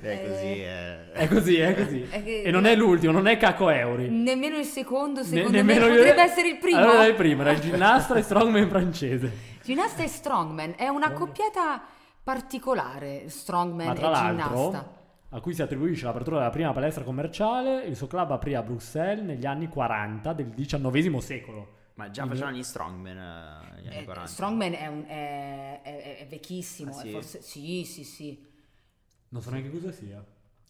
È così.
Eh.
eh.
È così, è così.
È Eh, che-
E non è l'ultimo, non è Caco Euri.
Nemmeno il secondo,
Ne-
secondo
nemmeno
me
io-
potrebbe essere il primo.
Allora era il primo, era il ginnasta e strongman francese.
Ginnasta e strongman, è una coppiata particolare, strongman
Ma
e
tra
ginnasta.
l'altro, a cui si attribuisce l'apertura della prima palestra commerciale, il suo club aprì a Bruxelles negli anni 40 del XIX secolo.
Ma già facevano gli strongman eh, negli anni
Eh,
40.
strongman è, un- è- è- è vecchissimo,
Ah,
è
sì?
forse- sì, sì, sì.
Non so neanche cosa sia.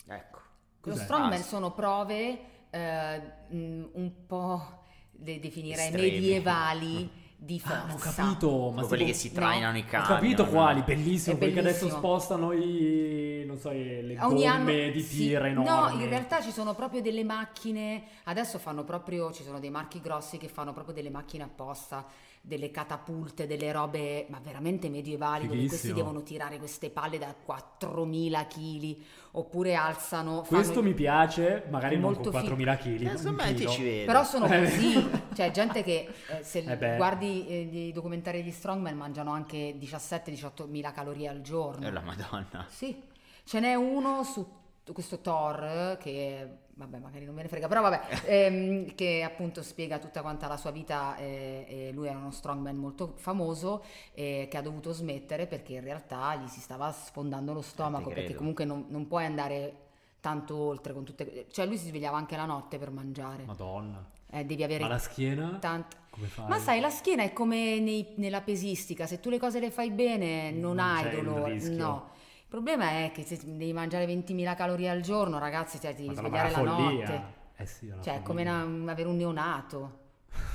Ecco.
Cos'è?
Lo strongman
Ah, sì.
sono prove eh, mh, un po', le definirei
Estreme.
medievali di forza.
Ah, ho capito, ma
Tipo quelli che
tipo-
si
no.
trainano i
Ho
cani.
capito
no?
quali, bellissimo,
È
quelli che adesso
bellissimo.
spostano i, non so, i- le
Ogni
gomme
anno
di
sì.
tir enormi.
No, in realtà ci sono proprio delle macchine. Adesso fanno proprio. Ci sono dei marchi grossi che fanno proprio delle macchine apposta, delle catapulte, delle robe, ma veramente medievali, dove questi
Fighissimo.
devono tirare queste palle da 4.000 kg oppure alzano. fanno
Questo
i-
mi piace, magari
È
non
molto
con 4.000 kg.
Eh, Insomma, ti ci vedo.
Però sono
Eh,
così, cioè gente che eh, se
Eh beh.
guardi eh, i documentari di Strongman mangiano anche 17-18 mila calorie al giorno.
Eh, la madonna.
Sì, ce n'è uno su t- questo Thor che, vabbè, magari non me ne frega, però vabbè, ehm, che appunto spiega tutta quanta la sua vita. eh, e lui era uno strongman molto famoso eh, che ha dovuto smettere perché in realtà gli si stava sfondando lo stomaco perché
credo.
comunque non, non puoi andare tanto oltre con tutte... Cioè lui si svegliava anche la notte per mangiare.
Madonna.
Eh, devi avere
Ma la schiena?
tanto...
Come fai?
Ma sai, la schiena è come nei- nella pesistica, se tu le cose le fai bene non,
Non
hai
c'è il
dolore,
rischio.
no. Il problema è che se devi mangiare 20.000 calorie al giorno, ragazzi, cioè, ti devi
Madonna,
svegliare la
ma è una
notte.
follia. Eh sì, è una
Cioè, è come
follia. Mm.
una- avere un neonato.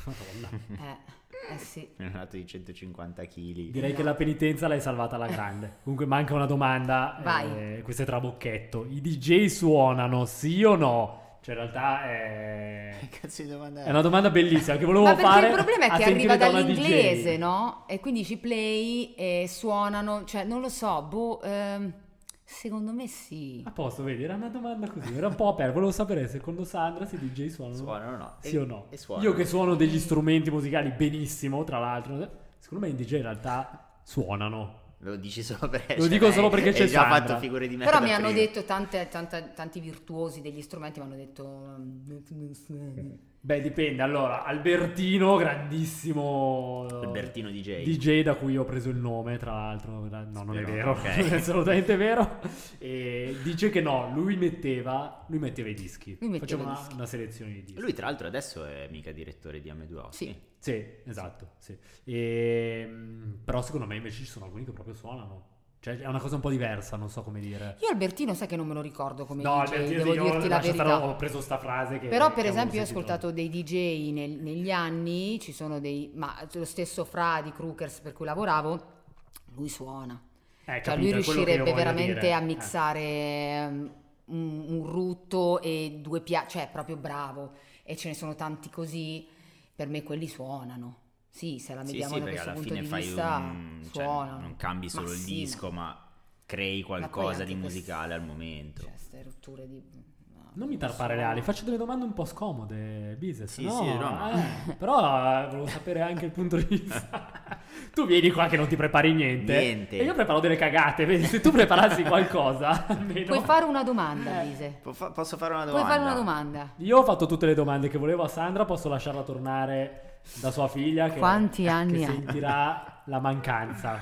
Madonna.
Eh, eh sì.
Un lato di 150 kg.
Direi che la penitenza l'hai salvata alla grande. Comunque manca una domanda.
Vai.
eh, questo è trabocchetto. I DJ suonano, sì o no? Cioè in realtà è...
Che cazzo di domanda
è una domanda bellissima che volevo
Ma perché
fare.
il problema
a
è che
sentire
arriva
da una
dall'inglese,
DJ.
no? E quindi ci play e suonano, cioè, non lo so, boh, ehm, secondo me sì.
A posto, vedi, era una domanda così, era un po' aperta. Volevo sapere secondo Sandra se i DJ suonano.
Suonano o no?
Sì
E-
o no?
E suonano.
Io che suono degli strumenti musicali benissimo, tra l'altro. Secondo me i DJ in realtà suonano.
Lo dici solo perché
Lo
c'è
dico
lei.
solo perché
Hai
c'è
già
Sandra.
fatto figure di merda
Però mi hanno
prima.
detto tante- tanta- tanti virtuosi degli strumenti, mi hanno detto... "Mm, "Non te ne frega".
Beh, dipende. Allora, Albertino, grandissimo
Albertino DJ.
DJ da cui ho preso il nome, tra l'altro. No, non è
Spero,
vero,
ok.
non è assolutamente vero. E dice che no, lui metteva, lui metteva i dischi.
Lui metteva
Faceva
i
una,
dischi.
una selezione di dischi.
Lui tra l'altro adesso è mica direttore di M2O.
Sì.
Sì, esatto. Sì. Ehm, però secondo me invece ci sono alcuni che proprio suonano. Cioè, è una cosa un po' diversa, non so come dire.
Io Albertino sai che non me lo ricordo come
No,
DJ,
Albertino,
devo
io
dirti la
lascia
verità.
stare, ho preso sta frase che...
Però per
che avevo
esempio io ho
sentito.
ascoltato dei DJ nel- negli anni, ci sono dei... ma lo stesso Fra di Crookers per cui lavoravo, lui suona.
Eh,
Cioè
capito,
lui
è quello che io
riuscirebbe
voglio
veramente
dire.
a
Eh.
mixare ehm, un, un rutto e due piatti, cioè è proprio bravo. E ce ne sono tanti così, per me quelli suonano. Sì, se la
Sì,
vediamo
sì,
da
perché
questo
alla
punto
fine
di
fai
vista,
un... cioè,
suonano.
non cambi solo
Ma
il
sì, ma-
disco, ma crei
ma poi
qualcosa
anche
di
queste-
musicale al momento.
Cioè, queste rotture di... no,
Non mi tarpare le
so.
ali, faccio delle domande un po' scomode, business.
Sì,
no?
sì, no, ma-
eh, però eh, volevo sapere anche il punto di vista. tu vieni qua che non ti prepari niente.
Niente.
E io preparo delle cagate, vedi, se tu preparassi qualcosa, almeno...
Puoi fare una domanda, Lise.
Po- fa- Posso fare una
Puoi
domanda?
fare una domanda.
Io ho fatto tutte le domande che volevo a Sandra, posso lasciarla tornare da sua figlia che,
Quanti
che
anni ha?
sentirà la mancanza.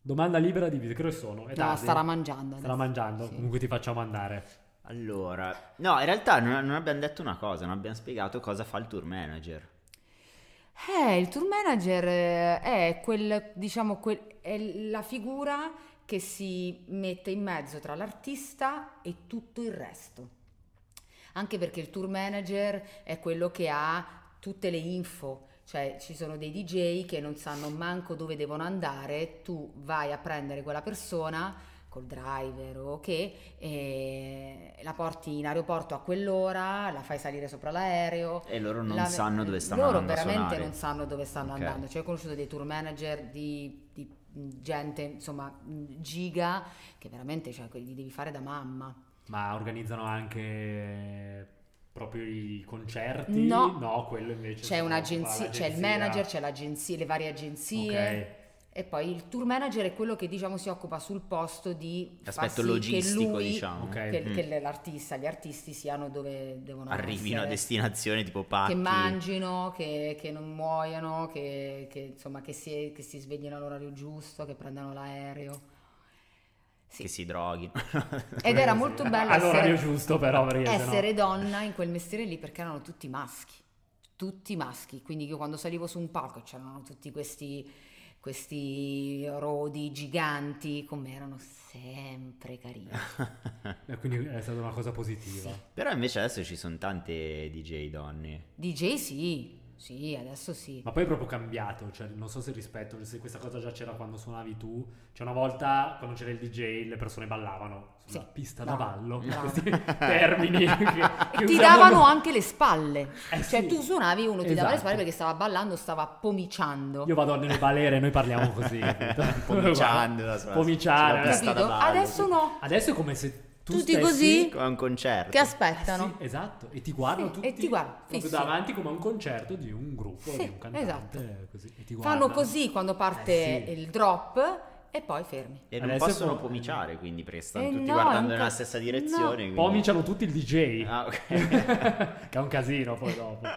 Domanda libera di Credo che sono. È
No,
tardi?
starà mangiando.
Starà
adesso.
mangiando,
Sì.
comunque ti facciamo andare.
Allora, no, in realtà non, non abbiamo detto una cosa, non abbiamo spiegato cosa fa il tour manager.
Eh, il tour manager eh, è quel, diciamo, quel- è la figura che si mette in mezzo tra l'artista e tutto il resto. Anche perché il tour manager è quello che ha tutte le info, cioè ci sono dei DJ che non sanno manco dove devono andare, tu vai a prendere quella persona col driver o che e la porti in aeroporto a quell'ora, la fai salire sopra l'aereo,
E loro non
la-
sanno dove stanno
loro
andando a
veramente
suonare.
non sanno dove stanno
Ok.
andando cioè ho conosciuto dei tour manager di, di mm, gente insomma mh, giga che veramente cioè, li devi fare da mamma
Ma organizzano anche proprio i concerti?
No.
quello invece.
c'è
si occupa
un'agenzia c'è il
l'agenzia.
manager c'è l'agenzia le varie agenzie
Ok.
E poi il tour manager è quello che diciamo si occupa sul posto di far
L'aspetto
sì
logistico,
che lui,
diciamo.
Ok.
che,
Mm.
che l'artista, gli artisti siano dove devono
Arrivino a
essere.
destinazione tipo pacchi.
che mangino, che, che non muoiano, che, che, insomma che si, che si sveglino all'orario giusto, che prendano l'aereo. Sì.
che si droghi.
Ed era molto bello
All'orario
essere,
giusto, però, perché sennò-
essere donna in quel mestiere lì perché erano tutti maschi, tutti maschi. Quindi io quando salivo su un palco c'erano tutti questi, questi rodi giganti, come erano sempre carini.
Ah, Eh, Quindi è stata una cosa positiva.
Però invece adesso ci sono tante DJ donne.
DJ sì, sì, adesso sì.
Ma poi è proprio cambiato, cioè non so se rispetto, se questa cosa già c'era quando suonavi tu, cioè una volta quando c'era il DJ le persone ballavano sulla
Sì.
pista da
Bravo.
ballo,
Bravo.
questi termini che, che
E ti
usiamo
davano
noi.
anche le spalle.
Eh
cioè
sì.
tu suonavi uno ti dava le
Esatto.
spalle perché stava ballando, stava pomiciando.
Io vado nelle balere, noi parliamo così. capito?
Pomiciando, la sua-
Pomiciando,
sulla
eh.
pista da
Capito?
ballo,
Adesso
sì.
no,
Adesso è come se tu
Tutti
stessi-
così?
Come a Ecco, un concerto.
che
Eh sì,
aspettano.
esatto, e ti guardano
Sì,
tutti
e ti guardano,
proprio
fissi.
davanti come a un concerto di un gruppo,
Sì, esatto.
di un cantante, così, e ti
Fanno
guardano.
così quando parte
Eh sì.
il drop e poi fermi.
E non
Adesso
possono
può-
pomiciare, quindi perché stanno
Eh
tutti
no,
guardando
è un
nella
ca-
stessa
no.
direzione. quindi-
Pomiciano tutti il DJ.
Ah, ok.
che è un casino poi dopo.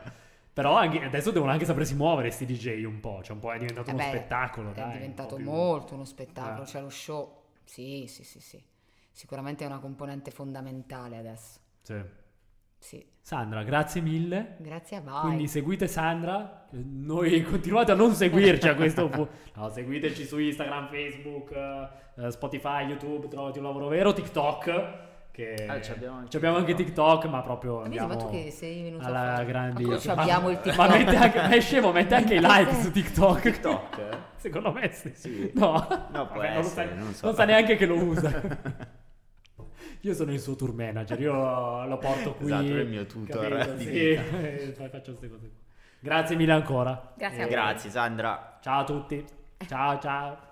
Però anche- adesso devono anche sapersi muovere sti DJ un po', cioè un po' è diventato
Eh
uno
beh,
spettacolo,
È
dai, un po'
diventato
più-
molto uno spettacolo,
Eh.
c'è lo show. Sì, sì, sì, sì. Sicuramente è una componente fondamentale adesso.
Sì.
Sì.
Sandra, grazie mille.
Grazie a voi.
Quindi seguite Sandra, eh, noi continuate a non seguirci a questo punto. No, seguiteci su Instagram, Facebook, eh, eh, Spotify, YouTube, trovati un lavoro vero, TikTok. Che
Ah, ci abbiamo anche
ci abbiamo anche TikTok, ma proprio
Amici,
andiamo
ma tu che sei venuto a
alla
fare?
grande.
Ma come ci abbiamo il
Ma,
TikTok? Eh.
mette anche, ma è scemo, mette anche i
In che
like
senso?
su TikTok.
TikTok? eh?
Secondo me sì.
Sì.
No,
No, può
non, lo
essere,
sa,
non so.
non sa neanche che lo usa. Io sono il suo tour manager, io lo porto qui.
Esatto, lui è il mio tutor
capito?
di
Sì,
vita.
eh, faccio queste cose qua. Grazie mille ancora.
Grazie a
Eh,
voi.
Grazie Sandra.
Ciao a tutti. Ciao ciao.